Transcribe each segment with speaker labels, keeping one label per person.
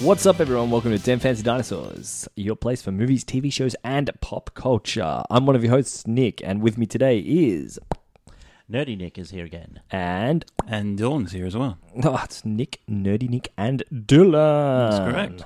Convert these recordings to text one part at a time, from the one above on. Speaker 1: What's up, everyone? Welcome to Dem Fancy Dinosaurs, your place for movies, TV shows, and pop culture. I'm one of your hosts, Nick, and with me today is
Speaker 2: Nerdy Nick is here again.
Speaker 1: and
Speaker 3: And Dawn's here as well.
Speaker 1: oh, it's Nick, Nerdy Nick, and Dylan.
Speaker 3: That's correct.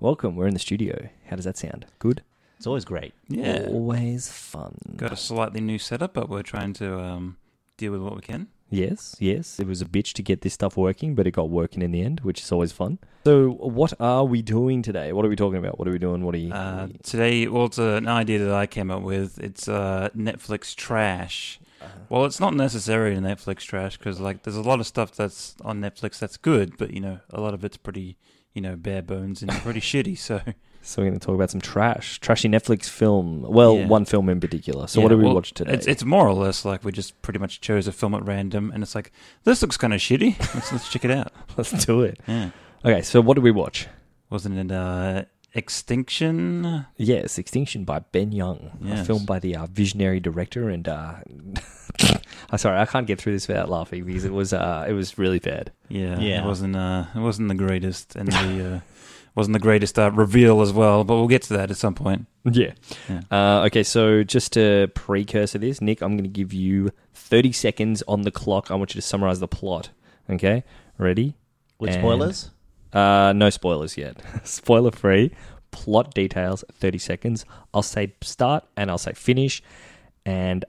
Speaker 1: Welcome. We're in the studio. How does that sound? Good.
Speaker 2: It's always great.
Speaker 3: Yeah.
Speaker 1: Oh. Always fun.
Speaker 3: Got a slightly new setup, but we're trying to um, deal with what we can.
Speaker 1: Yes, yes. It was a bitch to get this stuff working, but it got working in the end, which is always fun. So, what are we doing today? What are we talking about? What are we doing? What are you?
Speaker 3: Uh, today, well, it's uh, an idea that I came up with. It's uh, Netflix trash.
Speaker 1: Uh-huh.
Speaker 3: Well, it's not necessarily Netflix trash because, like, there's a lot of stuff that's on Netflix that's good, but you know, a lot of it's pretty, you know, bare bones and pretty shitty. So,
Speaker 1: So we're going to talk about some trash, trashy Netflix film. Well,
Speaker 3: Yeah.
Speaker 1: one film in particular. So
Speaker 3: Yeah,
Speaker 1: what do we
Speaker 3: well,
Speaker 1: watch today?
Speaker 3: It's, it's more or less like we just pretty much chose a film at random, and it's like this looks kind of shitty. Let's let's check it out.
Speaker 1: Let's do it.
Speaker 3: Yeah,
Speaker 1: Okay, so what do we watch?
Speaker 3: wasn't it uh, Extinction?
Speaker 1: Yes, Extinction by Ben Young, a
Speaker 3: Yes.
Speaker 1: film by the uh, visionary director and. Uh, I'm sorry, I can't get through this without laughing because it was uh, it was really bad.
Speaker 3: Yeah,
Speaker 2: Yeah.
Speaker 3: it wasn't uh, it wasn't the greatest, and the uh, wasn't the greatest uh, reveal as well. But we'll get to that at some point.
Speaker 1: Yeah.
Speaker 3: Yeah.
Speaker 1: Uh, okay, so just to precursor this, Nick, I'm going to give you 30 seconds on the clock. I want you to summarize the plot. Okay, ready?
Speaker 2: With
Speaker 1: And-
Speaker 2: spoilers?
Speaker 1: Uh, no spoilers yet. Spoiler free. Plot details, 30 seconds. I'll say start and I'll say finish. And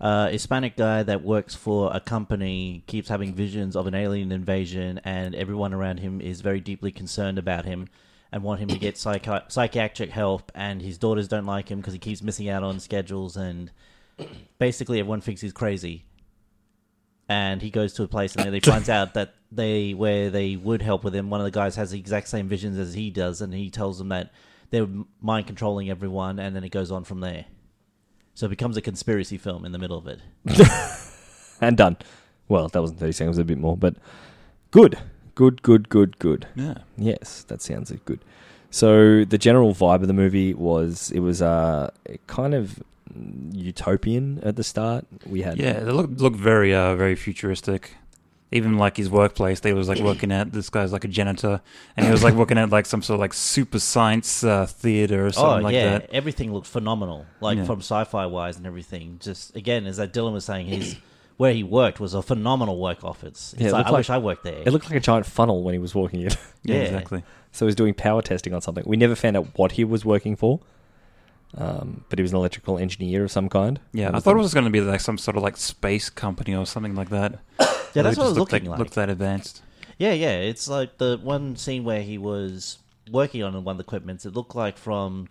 Speaker 2: Uh, Hispanic guy that works for a company keeps having visions of an alien invasion, and everyone around him is very deeply concerned about him and want him to get psychi- psychiatric help. And his daughters don't like him because he keeps missing out on schedules, and basically everyone thinks he's crazy. And he goes to a place, and then he finds out that they where they would help with him. One of the guys has the exact same visions as he does, and he tells them that they're mind controlling everyone, and then it goes on from there. So it becomes a conspiracy film in the middle of it.
Speaker 1: and done. Well, that wasn't 30 seconds, a bit more, but good. Good, good, good, good.
Speaker 3: Yeah,
Speaker 1: Yes, that sounds good. So the general vibe of the movie was it was uh kind of utopian at the start. We had
Speaker 3: yeah, they look look very uh, very futuristic. Even like his workplace, they was like working at this guy's like a janitor, and he was like working at like some sort of like super science uh, theater or something
Speaker 2: oh
Speaker 3: like
Speaker 2: yeah,
Speaker 3: that.
Speaker 2: everything looked phenomenal, like
Speaker 3: Yeah.
Speaker 2: from sci-fi wise and everything. Just again, as that Dylan was saying, his where he worked was a phenomenal work office. It's
Speaker 1: Yeah, it
Speaker 2: like,
Speaker 1: looked
Speaker 2: I
Speaker 1: like-
Speaker 2: wish I worked there.
Speaker 1: it looked like a giant funnel when he was walking in.
Speaker 3: Yeah,
Speaker 2: yeah.
Speaker 3: exactly.
Speaker 1: So he was doing power testing on something. We never found out what he was working for, um, but he was an electrical engineer of some kind.
Speaker 3: Yeah,
Speaker 1: That
Speaker 3: I thought it
Speaker 1: the-
Speaker 3: was going to be like some sort of like space company or something like that.
Speaker 2: yeah,
Speaker 3: They
Speaker 2: that's what it
Speaker 3: just
Speaker 2: was
Speaker 3: looked
Speaker 2: looking like.
Speaker 3: Looked that advanced.
Speaker 2: Yeah, yeah. It's like the one scene where he was working on one of the equipments. It looked like from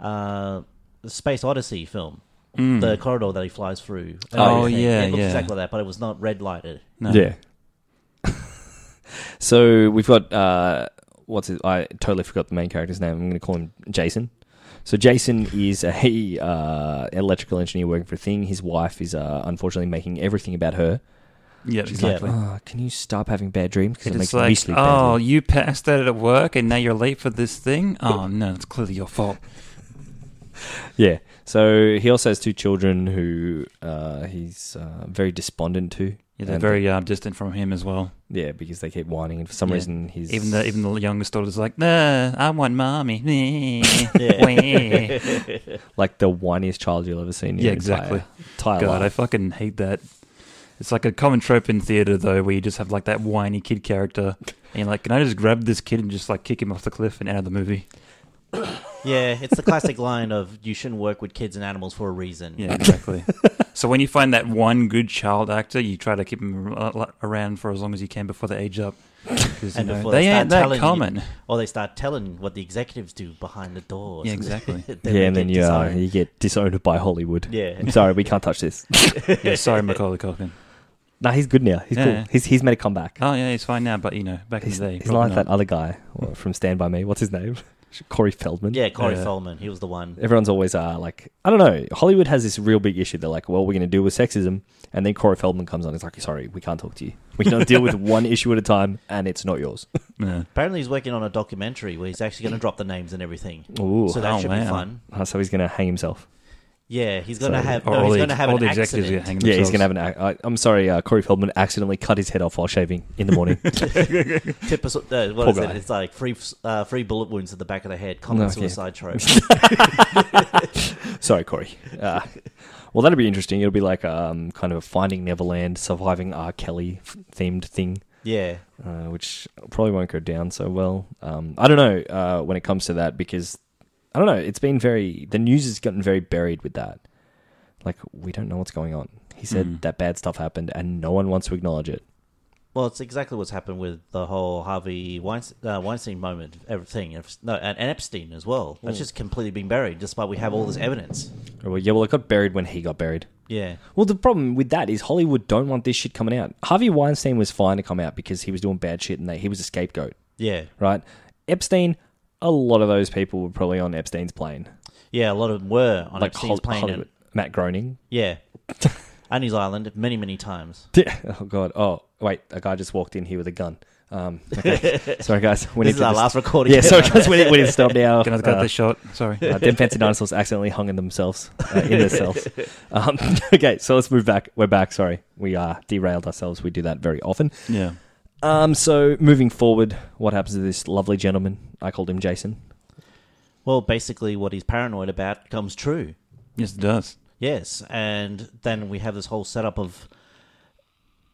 Speaker 2: uh, the Space Odyssey film,
Speaker 3: Mm,
Speaker 2: the corridor that he flies through. and
Speaker 1: Oh,
Speaker 2: everything.
Speaker 3: Hmm. yeah,
Speaker 2: it looked
Speaker 3: yeah.
Speaker 2: exactly like that, but it was not red lighted.
Speaker 3: No.
Speaker 1: Yeah. so we've got uh, what's it? I totally forgot the main character's name. I'm going to call him Jason. So Jason is a uh, electrical engineer working for a thing. His wife is uh, unfortunately making everything about her.
Speaker 3: yeah, exactly.
Speaker 1: Oh, can you stop having bad dreams? Because it
Speaker 3: It's
Speaker 1: makes
Speaker 3: like,
Speaker 1: me sleep
Speaker 3: oh,
Speaker 1: badly.
Speaker 3: you passed out at work and now you're late for this thing? Oh, no, it's clearly your fault.
Speaker 1: Yeah. So he also has two children who uh, he's uh, very despondent to.
Speaker 3: Yeah, they're
Speaker 1: And-
Speaker 3: very uh, distant from him as well.
Speaker 1: Yeah, because they keep whining, and for some
Speaker 3: Yeah.
Speaker 1: reason he's
Speaker 3: Even the even the youngest daughter's like, nah, I want mommy.
Speaker 2: Yeah.
Speaker 3: yeah,
Speaker 1: like the whiniest child you'll ever see. In your
Speaker 3: Yeah,
Speaker 1: entire-
Speaker 3: exactly.
Speaker 1: Entire
Speaker 3: God, I
Speaker 1: life.
Speaker 3: fucking hate that. It's like a common trope in theater though, where you just have like that whiny kid character, and you're like, can I just grab this kid and just like kick him off the cliff and out of the movie?
Speaker 2: Yeah, it's the classic line of you shouldn't work with kids and animals for a reason.
Speaker 3: Yeah, exactly. so when you find that one good child actor, you try to keep him a- around for as long as you can before they age up. 'Cause, you
Speaker 2: And
Speaker 3: know,
Speaker 2: before
Speaker 3: they,
Speaker 2: they start
Speaker 3: ain't that
Speaker 2: telling you-
Speaker 3: common.
Speaker 2: Or they start telling what the executives do behind the doors.
Speaker 3: Yeah, exactly.
Speaker 1: yeah, and
Speaker 2: they
Speaker 1: then
Speaker 2: get
Speaker 1: you uh,
Speaker 2: disowned.
Speaker 1: you get disowned by Hollywood.
Speaker 2: Yeah.
Speaker 1: I'm sorry, we can't touch this.
Speaker 3: yeah, sorry, Macaulay Culkin.
Speaker 1: no, he's good now. He's
Speaker 3: Yeah,
Speaker 1: cool.
Speaker 3: yeah.
Speaker 1: He's he's made a comeback.
Speaker 3: Oh yeah, he's fine now, but you know, back
Speaker 1: he's
Speaker 3: in the day,
Speaker 1: he's like
Speaker 3: probably
Speaker 1: that
Speaker 3: not.
Speaker 1: other guy uh, from Stand by Me. What's his name? Corey Feldman.
Speaker 2: Yeah, Corey
Speaker 3: Yeah.
Speaker 2: Feldman, he was the one.
Speaker 1: Everyone's always uh, like, I don't know. Hollywood has this real big issue. They're like, well, we're going to deal with sexism, and then Corey Feldman comes on. It's like, sorry, we can't talk to you. We can only deal with one issue at a time, and it's not yours.
Speaker 3: Yeah.
Speaker 2: Apparently, he's working on a documentary where he's actually going to drop the names and everything.
Speaker 1: Ooh,
Speaker 2: so that
Speaker 3: oh,
Speaker 2: should be
Speaker 3: wow.
Speaker 2: fun.
Speaker 1: Uh, so he's going to hang himself.
Speaker 2: Yeah, he's gonna
Speaker 1: So-
Speaker 2: have.
Speaker 3: Or
Speaker 2: No,
Speaker 3: all
Speaker 2: he's
Speaker 3: the,
Speaker 2: gonna have
Speaker 3: all
Speaker 2: an
Speaker 3: the executives
Speaker 2: accident.
Speaker 3: get hanging
Speaker 1: Yeah, he's gonna
Speaker 3: themselves.
Speaker 1: have an. ac- I, I'm sorry, uh, Corey Feldman accidentally cut his head off while shaving in the morning.
Speaker 2: Tip us, uh, what
Speaker 1: Poor
Speaker 2: is
Speaker 1: guy.
Speaker 2: it? It's like free, uh, free bullet wounds at the back of the head. Common
Speaker 1: Okay.
Speaker 2: suicide trope.
Speaker 1: sorry, Corey. Uh, well, that'll be interesting. It'll be like um, kind of a Finding Neverland, surviving R. Kelly f- themed thing.
Speaker 2: yeah,
Speaker 1: uh, which probably won't go down so well. Um, I don't know uh, when it comes to that because I don't know. It's been very the news has gotten very buried with that. Like we don't know what's going on. He said
Speaker 3: Mm.
Speaker 1: that bad stuff happened, and no one wants to acknowledge it.
Speaker 2: well, it's exactly what's happened with the whole Harvey Weinstein, uh, Weinstein moment, everything, If- no, and, and Epstein as well. That's just completely been buried, despite we have all this evidence.
Speaker 1: Or, well, yeah, well, it got buried when he got buried.
Speaker 2: Yeah,
Speaker 1: Well, the problem with that is Hollywood don't want this shit coming out. Harvey Weinstein was fine to come out because he was doing bad shit and they, he was a scapegoat,
Speaker 2: yeah,
Speaker 1: right? Epstein, a lot of those people were probably on Epstein's plane,
Speaker 2: yeah. A lot of them were on Epstein's
Speaker 1: Hol-
Speaker 2: plane.
Speaker 1: Hollywood.
Speaker 2: And,
Speaker 1: Matt Groening,
Speaker 2: yeah, on his island many, many times.
Speaker 1: Yeah. Oh god. Oh wait, a guy just walked in here with a gun. Um, okay. sorry guys, we
Speaker 2: This
Speaker 1: need
Speaker 2: is
Speaker 1: to
Speaker 2: our
Speaker 1: just-
Speaker 2: last recording.
Speaker 1: Yeah, sorry guys, we need, we need to stop now.
Speaker 3: Can I cut
Speaker 1: Uh,
Speaker 3: this shot? Sorry.
Speaker 1: uh, them fancy dinosaurs accidentally hung in themselves uh, in themselves. Um, okay, so let's move back. We're back. Sorry, we uh, derailed ourselves. We do that very often.
Speaker 3: yeah.
Speaker 1: Um, so moving forward, what happens to this lovely gentleman? I called him Jason.
Speaker 2: Well, basically, what he's paranoid about comes true.
Speaker 3: Yes, it does.
Speaker 2: Yes, and then we have this whole setup of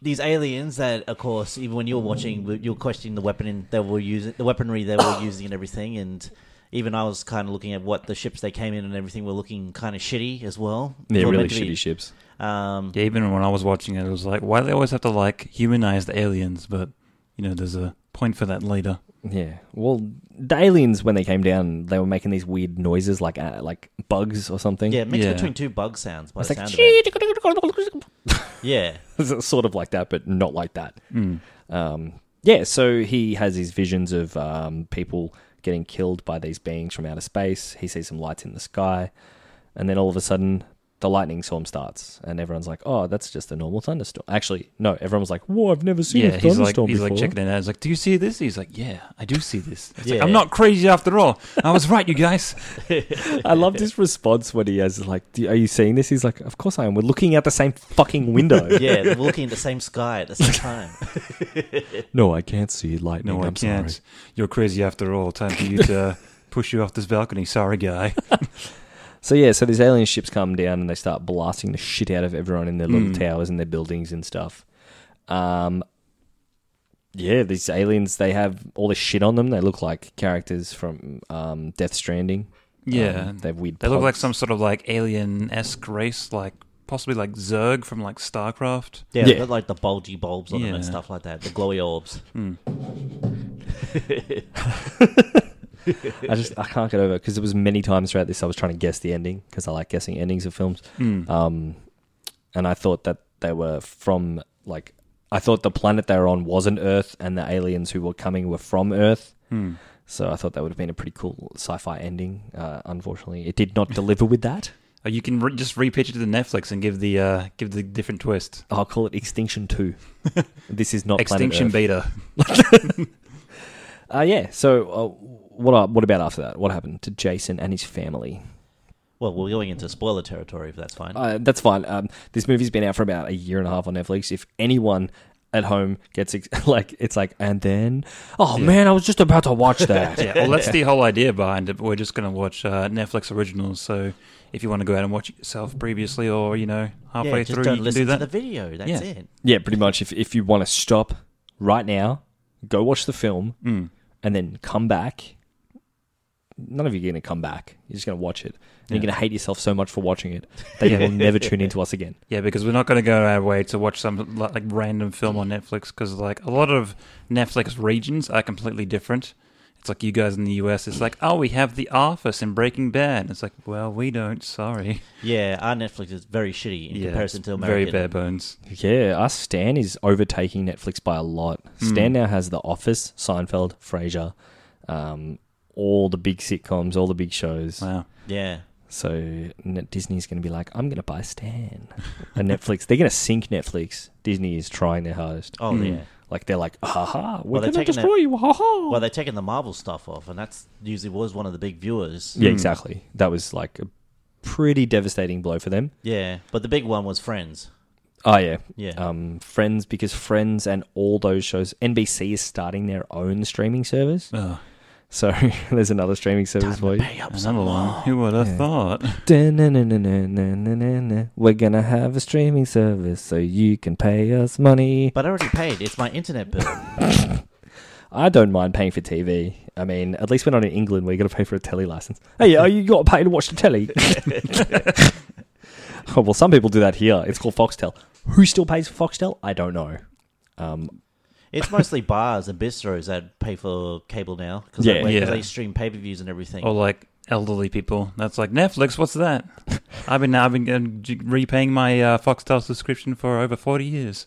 Speaker 2: these aliens that, of course, even when you're watching, you're questioning the weapon in- they were using, the weaponry they were using, and everything. And even I was kind of looking at what the ships they came in and everything were looking kind of shitty as well.
Speaker 1: They're
Speaker 2: Were
Speaker 1: really
Speaker 2: meant to be-
Speaker 1: shitty ships.
Speaker 2: Um,
Speaker 3: Yeah, even when I was watching it, it was like, why do they always have to like humanize the aliens? But you know, there's a point for that later.
Speaker 1: Yeah. Well, the aliens when they came down, they were making these weird noises like uh, like bugs or something.
Speaker 2: yeah, mixed
Speaker 3: Yeah.
Speaker 2: between two bug sounds by
Speaker 1: It's
Speaker 2: the
Speaker 1: like
Speaker 2: sound of it. Yeah,
Speaker 1: It's sort of like that, but not like that.
Speaker 3: Mm.
Speaker 1: Um, yeah, so he has his visions of um, people getting killed by these beings from outer space. He sees some lights in the sky, and then all of a sudden, the lightning storm starts, and everyone's like, "Oh, that's just a normal thunderstorm." Actually, no, everyone was like, "Whoa, I've never seen
Speaker 3: Yeah,
Speaker 1: a
Speaker 3: he's like,
Speaker 1: thunderstorm
Speaker 3: he's
Speaker 1: before."
Speaker 3: like checking it out. He's like, do you see this? He's like, yeah, I do see this. It's like,
Speaker 2: Yeah.
Speaker 3: I'm not crazy after all. I was right, you guys.
Speaker 1: I love this response when he has like, "Do- "Are you seeing this?" He's like, "Of course I am. We're looking out the same fucking window."
Speaker 2: yeah, they're looking at the same sky at the same time.
Speaker 1: No, I can't see lightning.
Speaker 3: No, I
Speaker 1: I'm
Speaker 3: can't.
Speaker 1: sorry.
Speaker 3: You're crazy after all. Time for you to uh, push you off this balcony. Sorry, guy.
Speaker 1: Um, So yeah, so these alien ships come down and they start blasting the shit out of everyone in their little
Speaker 3: Mm.
Speaker 1: towers and their buildings and stuff. Um, yeah, these aliens they have all this shit on them. They look like characters from um, Death Stranding.
Speaker 3: Yeah,
Speaker 1: Um, they have weird.
Speaker 3: They look like
Speaker 1: pods.
Speaker 3: some sort of like alien esque race, like possibly like Zerg from like StarCraft.
Speaker 2: Yeah, they've
Speaker 1: Yeah.
Speaker 2: got like the bulgy bulbs on them and
Speaker 3: Yeah.
Speaker 2: stuff like that, the glowy orbs.
Speaker 3: Hmm.
Speaker 1: I just I can't get over because it was many times throughout this I was trying to guess the ending because I like guessing endings of films.
Speaker 3: Hmm.
Speaker 1: Um, and I thought that they were from like I thought the planet they were on wasn't Earth, and the aliens who were coming were from Earth.
Speaker 3: Hmm.
Speaker 1: So I thought that would have been a pretty cool sci-fi ending. Uh, unfortunately, it did not deliver with that.
Speaker 3: Oh, you can re- just repitch it to the Netflix and give the uh, give the different twist.
Speaker 1: I'll call it Extinction Two. this is not
Speaker 3: Extinction
Speaker 1: Planet
Speaker 3: Beta.
Speaker 1: Earth. Uh, yeah. So uh, what? Are, what about after that? What happened to Jason and his family?
Speaker 2: Well, we're going into spoiler territory if that's fine.
Speaker 1: Uh, that's fine. Um, this movie's been out for about a year and a half on Netflix. If anyone at home gets ex- like, it's like, and then, oh man, I was just about to watch that.
Speaker 3: Yeah, well, that's the whole idea behind it. But we're just going to watch uh, Netflix originals. So if you want to go out and watch it yourself previously, or you know halfway
Speaker 2: yeah, just
Speaker 3: through,
Speaker 2: don't
Speaker 3: you can
Speaker 2: listen
Speaker 3: do
Speaker 2: to
Speaker 3: that.
Speaker 2: the video. That's
Speaker 3: Yeah.
Speaker 2: it.
Speaker 1: Yeah, pretty much. If if you want to stop right now, go watch the film
Speaker 3: Hmm.
Speaker 1: and then come back. None of you are going to come back. You're just going to watch it. And you're
Speaker 3: Yeah.
Speaker 1: going to hate yourself so much for watching it that you will never tune into us again.
Speaker 3: Yeah, because we're not going to go our way to watch some like like, random film on Netflix because like a lot of Netflix regions are completely different. It's like you guys in the US. It's like, oh, we have The Office and Breaking Bad. It's like, well, we don't. Sorry.
Speaker 2: Yeah, our Netflix is very shitty in
Speaker 3: Yeah,
Speaker 2: comparison
Speaker 3: it's
Speaker 2: to American.
Speaker 3: very bare bones.
Speaker 1: Yeah, our Stan is overtaking Netflix by a lot. Stan now has The Office, Seinfeld, Frasier, um, all the big sitcoms, all the big shows.
Speaker 3: Wow.
Speaker 2: Yeah,
Speaker 1: So Net- Disney's going to be like, I'm going to buy Stan. and Netflix, they're going to sink Netflix. Disney is trying their hardest.
Speaker 2: oh
Speaker 3: Hmm.
Speaker 2: yeah.
Speaker 1: Like they're like, ha ha, we're
Speaker 2: Well, they're
Speaker 1: going to
Speaker 2: taking
Speaker 1: destroy you, ha ha.
Speaker 2: Well, they're taking the Marvel stuff off, and that's usually was one of the big viewers.
Speaker 1: yeah,
Speaker 3: Hmm.
Speaker 1: exactly. That was like a pretty devastating blow for them.
Speaker 2: Yeah, but the big one was Friends.
Speaker 1: Oh yeah,
Speaker 2: Yeah.
Speaker 3: Uh.
Speaker 1: um, Friends because Friends and all those shows. NBC is starting their own streaming service,
Speaker 3: Ugh,
Speaker 1: so there's another streaming service for you.
Speaker 2: Pay up some
Speaker 3: another one.
Speaker 2: more.
Speaker 3: Who would have
Speaker 1: Yeah.
Speaker 3: thought?
Speaker 1: Da-na-na-na-na-na-na-na. We're gonna have a streaming service so you can pay us money.
Speaker 2: But I already paid. It's my internet bill.
Speaker 1: I don't mind paying for TV. I mean, at least we're not in England where you got to pay for a telly license. Hey, oh, you got to pay to watch the telly. oh, well, some people do that here. It's called Foxtel. Who still pays for Foxtel? I don't know. Um,
Speaker 2: It's mostly bars and bistros that pay for cable now because
Speaker 1: Yeah,
Speaker 2: they,
Speaker 3: yeah. Oh,
Speaker 2: they stream pay per views and everything.
Speaker 3: Or like elderly people. That's like Netflix. What's that? I've been I've been um, j- repaying my uh, Foxtel subscription for over forty years.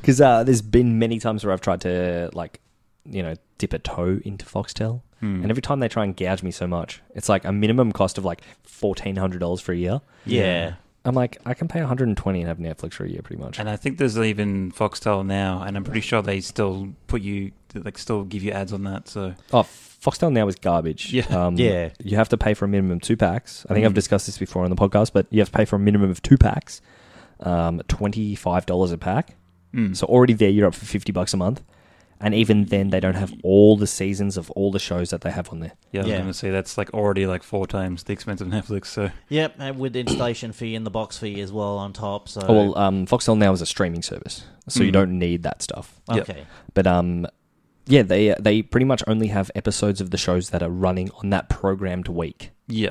Speaker 1: because uh, there's been many times where I've tried to like, you know, dip a toe into Foxtel,
Speaker 3: Hmm.
Speaker 1: and every time they try and gouge me so much, it's like a minimum cost of like fourteen hundred dollars for a year.
Speaker 2: yeah.
Speaker 1: I'm like, I can pay 120 and have Netflix for a year, pretty much.
Speaker 3: And I think there's even Foxtel now, and I'm pretty sure they still put you like still give you ads on that. So
Speaker 1: Oh, Foxtel now is garbage.
Speaker 3: Yeah.
Speaker 1: Um,
Speaker 2: Yeah.
Speaker 1: You have to pay for a minimum of two packs. I think I've
Speaker 3: Mm.
Speaker 1: discussed this before on the podcast, but you have to pay for a minimum of two packs, um, $25 a pack.
Speaker 3: hmm.
Speaker 1: So already there, you're up for 50 bucks a month. And even then, they don't have all the seasons of all the shows that they have on there.
Speaker 3: yeah, I was
Speaker 2: Yeah.
Speaker 3: gonna say that's like already like four times the expense of Netflix. So
Speaker 2: Yep, and with the installation fee and the box fee as well on top. So
Speaker 1: Oh, well, um, Foxtel now is a streaming service, so you
Speaker 3: Mm.
Speaker 1: don't need that stuff.
Speaker 3: yep.
Speaker 2: okay,
Speaker 1: But um, yeah, they they pretty much only have episodes of the shows that are running on that programmed week.
Speaker 3: yeah,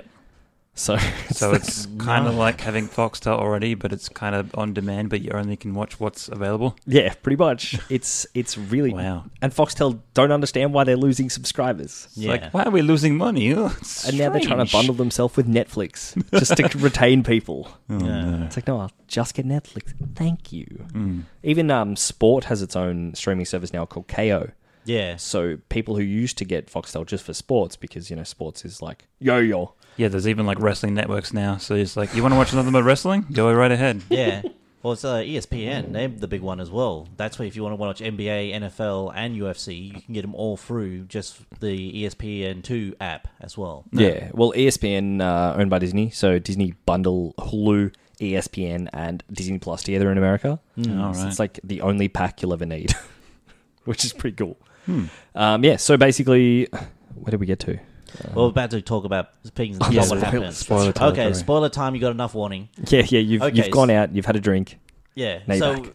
Speaker 1: So
Speaker 3: so it's kind of
Speaker 2: No.
Speaker 3: like having Foxtel already, but it's kind of on demand, but you only can watch what's available.
Speaker 1: Yeah, pretty much. It's it's really
Speaker 3: Wow.
Speaker 1: and Foxtel don't understand why they're losing subscribers.
Speaker 3: It's
Speaker 2: yeah.
Speaker 3: Like, why are we losing money? Oh, it's
Speaker 1: And now they're trying to
Speaker 3: strange.
Speaker 1: bundle themselves with Netflix just to retain people.
Speaker 3: Oh,
Speaker 2: Yeah.
Speaker 3: no.
Speaker 1: It's like, no, I'll just get Netflix. Thank you.
Speaker 3: Hmm.
Speaker 1: Even um, Sport has its own streaming service now called KO.
Speaker 2: yeah,
Speaker 1: So people who used to get Foxtel just for sports, because, you know, sports is like, yo, yo.
Speaker 3: Yeah, there's even like wrestling networks now. So it's like, you want to watch nothing but wrestling? Go right ahead.
Speaker 2: yeah. Well, it's uh, ESPN. They're the big one as well. That's where if you want to watch NBA, NFL, and UFC, you can get them all through just the E ESPN two app as well.
Speaker 1: Yeah. Well, ESPN uh, owned by Disney. So Disney bundle Hulu, E ESPN, and Disney Plus together in America.
Speaker 2: Mm.
Speaker 3: All
Speaker 1: So
Speaker 3: right.
Speaker 1: It's like the only pack you'll ever need, which is pretty cool.
Speaker 3: Hmm.
Speaker 1: Um, yeah, so basically, where did we get to? Uh,
Speaker 2: Well, we're about to talk about things
Speaker 1: Oh,
Speaker 2: and
Speaker 1: yeah,
Speaker 2: what
Speaker 1: spoilers.
Speaker 2: happens.
Speaker 3: Spoiler time,
Speaker 2: okay,
Speaker 3: sorry.
Speaker 2: spoiler time. You got enough warning.
Speaker 1: yeah, yeah, you've,
Speaker 2: okay,
Speaker 1: you've gone
Speaker 2: so-
Speaker 1: out, you've had a drink.
Speaker 2: Yeah.
Speaker 1: Now you're
Speaker 2: so,
Speaker 1: back.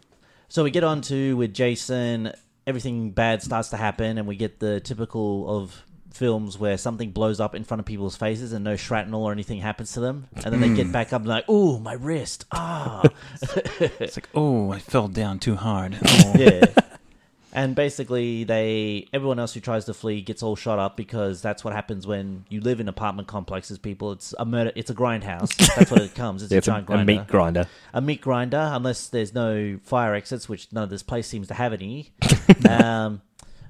Speaker 2: so we get on to with Jason, everything bad starts to happen, and we get the typical of films where something blows up in front of people's faces and no shrapnel or anything happens to them, and then they
Speaker 1: Hmm.
Speaker 2: get back up and like, "Ooh, my wrist! Ah,
Speaker 3: It's like, oh, I fell down too hard. Oh.
Speaker 2: yeah." And basically, they everyone else who tries to flee gets all shot up because that's what happens when you live in apartment complexes. People, it's a murder. It's a grindhouse. That's what it comes. It's
Speaker 1: Yeah,
Speaker 2: a
Speaker 1: it's a,
Speaker 2: giant
Speaker 1: a
Speaker 2: grinder.
Speaker 1: meat grinder.
Speaker 2: a meat grinder, unless there's no fire exits, which none of this place seems to have any. um,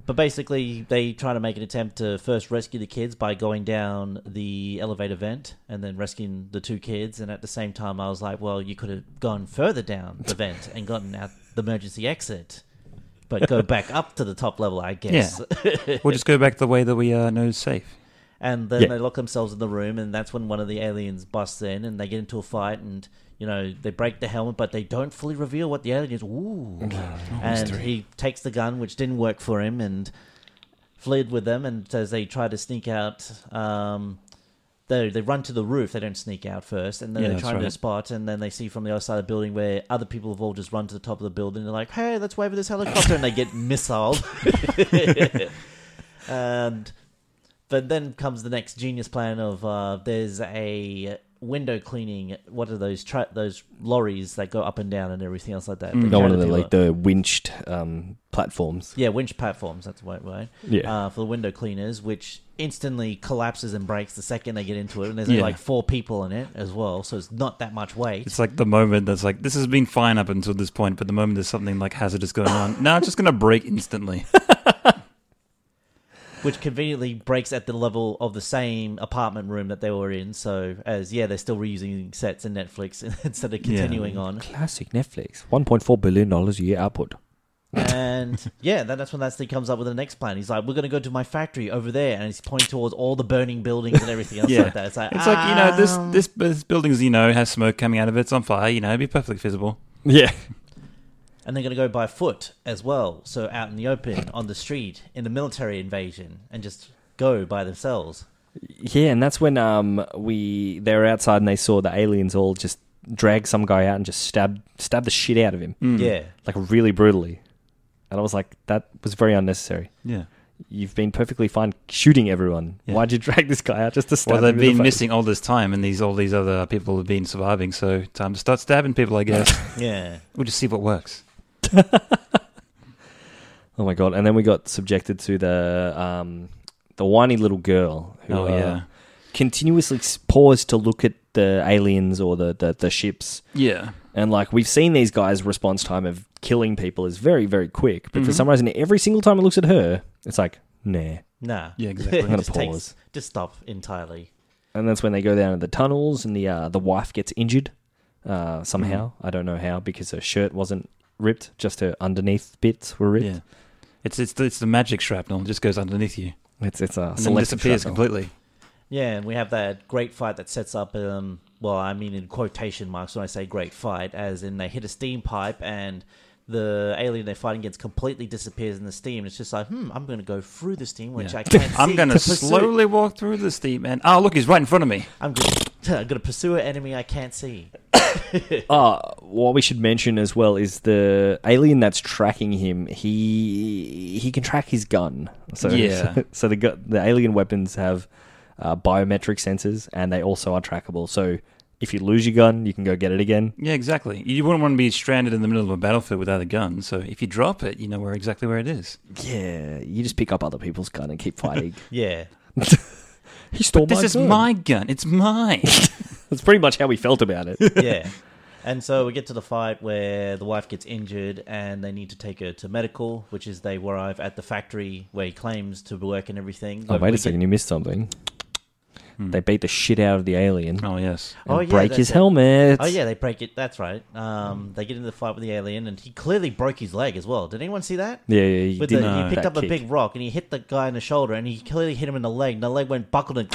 Speaker 2: but basically, they try to make an attempt to first rescue the kids by going down the elevator vent and then rescuing the two kids. And at the same time, I was like, well, you could have gone further down the vent and gotten out the emergency exit. But go back up to the top level, I guess.
Speaker 3: We'll just go back the way that we uh, know is safe.
Speaker 2: and then
Speaker 1: Yeah.
Speaker 2: they lock themselves in the room, and that's when one of the aliens busts in, and they get into a fight, and you know they break the helmet, but they don't fully reveal what the alien is. Ooh, and he takes the gun, which didn't work for him, and fled with them. And as they try to sneak out, um, they they run to the roof. They don't sneak out first, and then
Speaker 3: Yeah,
Speaker 2: they're
Speaker 3: that's
Speaker 2: trying to
Speaker 3: right.
Speaker 2: spot, and then they see from the other side of the building where other people have all just run to the top of the building. They're like, "Hey, let's wave at this helicopter," and they get missiled. and but then comes the next genius plan of uh, there's a window cleaning. What are those tra- those lorries that go up and down and everything else like
Speaker 3: Mm.
Speaker 2: that? They
Speaker 1: Not one of the
Speaker 2: carry people
Speaker 1: like
Speaker 2: up.
Speaker 1: the winched um, platforms.
Speaker 2: yeah winch platforms. That's the right word.
Speaker 1: Yeah.
Speaker 2: Uh, for the window cleaners, which instantly collapses and breaks the second they get into it, and there's
Speaker 3: Yeah.
Speaker 2: like four people in it as well, so it's not that much weight.
Speaker 3: It's like the moment that's like, this has been fine up until this point, but the moment there's something like hazardous going on, now it's just going to break instantly.
Speaker 2: which conveniently breaks at the level of the same apartment room that they were in. So as yeah, they're still reusing sets in Netflix instead of continuing on.
Speaker 1: Classic Netflix. $1.4 billion a year output.
Speaker 2: And yeah, then that's when Leslie comes up with the next plan. He's like, "We're going to go to my factory over there," and he's pointing towards all the burning buildings and everything else
Speaker 3: Yeah.
Speaker 2: like that. It's like,
Speaker 3: It's like you know this
Speaker 2: um,
Speaker 3: this this building's you know has smoke coming out of it. It's on fire. You know, it'd be perfectly visible.
Speaker 1: Yeah.
Speaker 2: and they're going to go by foot as well. So out in the open, on the street, in the military invasion, and just go by themselves.
Speaker 1: Yeah, and that's when um we they were outside and they saw the aliens all just drag some guy out and just stab stab the shit out of him.
Speaker 3: Hmm.
Speaker 2: Yeah,
Speaker 1: Like really brutally. And I was like, that was very unnecessary.
Speaker 3: Yeah.
Speaker 1: You've been perfectly fine shooting everyone.
Speaker 3: Yeah.
Speaker 1: Why'd you drag this guy out just to stab him
Speaker 3: Well, they've
Speaker 1: in the
Speaker 3: been
Speaker 1: face?
Speaker 3: missing all this time, and these all these other people have been surviving. So time to start stabbing people, I guess.
Speaker 2: yeah.
Speaker 3: we'll just see what works.
Speaker 1: Oh my god! And then we got subjected to the um, the whiny little girl who
Speaker 3: Oh
Speaker 1: uh,
Speaker 3: yeah,
Speaker 1: continuously s- paused to look at the aliens or the, the the ships.
Speaker 3: yeah.
Speaker 1: And like we've seen these guys' response time of killing people is very very quick,
Speaker 3: Mm-hmm.
Speaker 1: but for some reason, every single time it looks at her, it's like nah.
Speaker 2: Nah.
Speaker 3: Yeah, exactly.
Speaker 1: I'm gonna
Speaker 2: Just takes-
Speaker 1: pause.
Speaker 2: just stop entirely.
Speaker 1: And that's when they go down to the tunnels, and the uh, the wife gets injured uh, somehow.
Speaker 3: Mm-hmm.
Speaker 1: I don't know how because her shirt wasn't ripped, just her underneath bits were ripped.
Speaker 3: Yeah. It's it's the, it's the magic shrapnel. It just goes underneath you
Speaker 1: It's it's a
Speaker 3: and then disappears
Speaker 1: completely.
Speaker 3: completely.
Speaker 2: Yeah, and we have that great fight that sets up. Um, well, I mean in quotation marks when I say great fight, as in they hit a steam pipe and the alien they're fighting against completely disappears in the steam. It's just like, hmm, I'm going to go through the steam, which
Speaker 3: Yeah.
Speaker 2: I can't see.
Speaker 3: I'm gonna
Speaker 2: pursue-
Speaker 3: slowly walk through the steam, and oh look, he's right in front of me.
Speaker 2: I'm going to. I'm going to pursue an enemy I can't see.
Speaker 1: Uh, what we should mention as well is the alien that's tracking him. He he can track his gun. So
Speaker 3: Yeah.
Speaker 1: So, the gu- the alien weapons have uh, biometric sensors, and they also are trackable. So if you lose your gun, you can go get it again.
Speaker 3: Yeah, exactly. You wouldn't want to be stranded in the middle of a battlefield without a gun. So if you drop it, you know where exactly where it is.
Speaker 2: Oh
Speaker 1: Yeah. You just pick up other people's gun and keep fighting.
Speaker 2: Yeah,
Speaker 1: he stole
Speaker 3: This
Speaker 1: my
Speaker 3: is
Speaker 1: gun.
Speaker 3: my gun. It's mine.
Speaker 1: That's pretty much how we felt about it.
Speaker 2: yeah. And so we get to the fight where the wife gets injured and they need to take her to medical, which is they arrive at the factory where he claims to work and everything.
Speaker 1: oh
Speaker 2: Where
Speaker 1: wait
Speaker 2: we
Speaker 1: a
Speaker 2: get-
Speaker 1: second, you missed something. They beat the shit out of the alien.
Speaker 3: oh yes.
Speaker 1: And
Speaker 2: Oh, yeah,
Speaker 1: break his
Speaker 2: that's it.
Speaker 1: helmet.
Speaker 2: Oh yeah, they break it. That's right. Um, they get into the fight with the alien, and he clearly broke his leg as well. Did anyone see that?
Speaker 1: Yeah, yeah, he,
Speaker 2: With
Speaker 1: did
Speaker 2: the,
Speaker 1: that
Speaker 2: he picked up a
Speaker 1: kick.
Speaker 2: big rock and he hit the guy in the shoulder, and he clearly hit him in the leg. And the leg went buckled and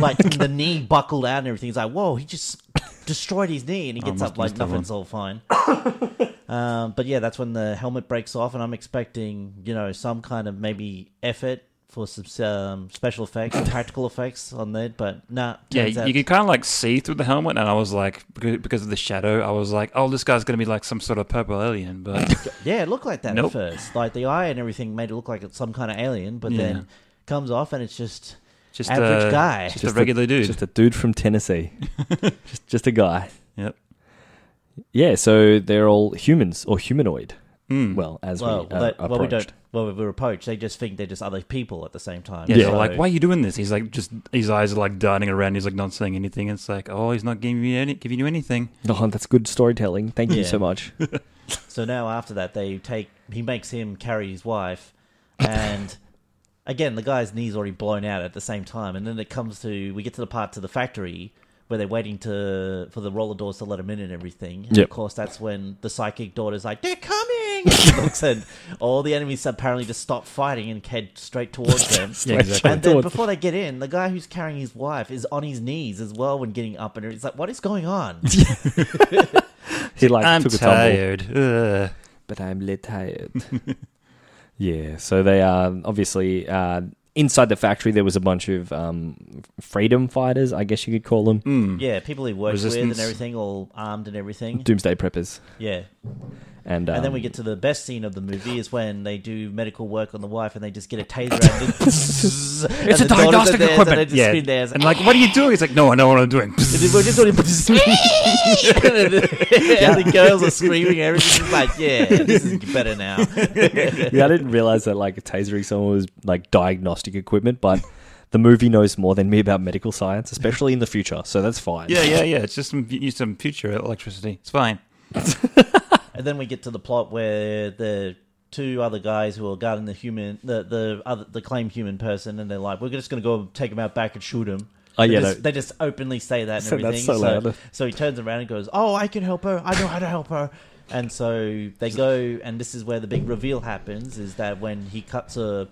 Speaker 2: like the knee buckled out and everything. He's like, "Whoa!" He just destroyed his knee, and he
Speaker 3: I
Speaker 2: gets
Speaker 3: Oh, must
Speaker 2: up
Speaker 3: have
Speaker 2: like
Speaker 3: missed that one.
Speaker 2: nothing's all fine. um, but yeah, that's when the helmet breaks off, and I'm expecting you know some kind of maybe effort for some um, special effects, practical effects on it, but nah.
Speaker 3: Yeah,
Speaker 2: turns out-
Speaker 3: you could kind of like see through the helmet, and I was like, becau- because of the shadow, I was like, oh, this guy's gonna be like some sort of purple alien, but
Speaker 2: Yeah, it looked like that
Speaker 3: Nope.
Speaker 2: at first. Like the eye and everything made it look like it's some kind of alien, but
Speaker 3: Yeah.
Speaker 2: then comes off and it's just
Speaker 3: just
Speaker 2: Average
Speaker 3: a,
Speaker 2: guy.
Speaker 3: just,
Speaker 1: Just
Speaker 3: a regular dude.
Speaker 1: Just a dude from Tennessee. just just a guy.
Speaker 3: Yep.
Speaker 1: Yeah, so they're all humans or humanoid.
Speaker 3: Mm.
Speaker 1: Well, as
Speaker 2: Hmm. well,
Speaker 1: we, uh,
Speaker 2: that- well, we
Speaker 1: approached.
Speaker 2: don't. Well, we were approached. They just think they're just other people at the same time.
Speaker 3: Yeah,
Speaker 1: Yeah.
Speaker 3: they're like,
Speaker 2: So-
Speaker 3: why are you doing this? He's like, just his eyes are like darting around. He's like, not saying anything. It's like, oh, he's not giving you any, giving you anything.
Speaker 1: Oh, that's good storytelling. Thank you
Speaker 2: Yeah.
Speaker 1: so much.
Speaker 2: So now after that, they take. He makes him carry his wife, and again, the guy's knees already blown out at the same time. And then it comes to we get to the part to the factory where they're waiting to for the roller doors to let him in and everything. And
Speaker 1: Yep.
Speaker 2: Of course, that's when the psychic daughter's like, "They're coming!" And she looks and all the enemies apparently just stop fighting and head straight towards them.
Speaker 3: Yeah, exactly.
Speaker 2: And then
Speaker 1: towards-
Speaker 2: before they get in, the guy who's carrying his wife is on his knees as well when getting up, and it's like, "What is going on?"
Speaker 1: He like
Speaker 3: I'm
Speaker 1: took a tumble,
Speaker 3: tired. Ugh.
Speaker 1: but I'm a little tired. yeah, so they are obviously uh, inside the factory. There was a bunch of um, freedom fighters, I guess you could call
Speaker 2: Mm-hmm.
Speaker 1: them,
Speaker 3: Mm.
Speaker 2: Yeah, people he works with
Speaker 3: Resistance.
Speaker 2: and everything, all armed and everything.
Speaker 1: doomsday preppers,
Speaker 2: Yeah.
Speaker 1: and um,
Speaker 2: And then we get to the best scene of the movie is when they do medical work on the wife and they just get a taser and it's
Speaker 3: It's a diagnostic
Speaker 2: And they
Speaker 3: equipment.
Speaker 2: just
Speaker 3: Yeah.
Speaker 2: scream there.
Speaker 3: And like, what are you doing? He's like, no, I know what I'm doing.
Speaker 2: we're just going and the girls are screaming. Everything's like, yeah, this is better now.
Speaker 1: yeah, I didn't realize that like tasering someone was like diagnostic equipment, but the movie knows more than me about medical science, especially in the future. So that's fine.
Speaker 3: yeah, yeah, yeah. It's just some, use some future electricity. It's fine.
Speaker 2: And then we get to the plot where the two other guys who are guarding the human, the the other, the claimed human person, and they're like, "We're just going to go take him out back and shoot him."
Speaker 1: Oh,
Speaker 2: they
Speaker 1: yeah,
Speaker 2: just,
Speaker 1: no.
Speaker 2: they just openly say that and
Speaker 1: So that's
Speaker 2: everything.
Speaker 1: so loud.
Speaker 2: so he turns around and goes, "Oh, I can help her. I know how to help her." And so they go, and this is where the big reveal happens: is that when he cuts her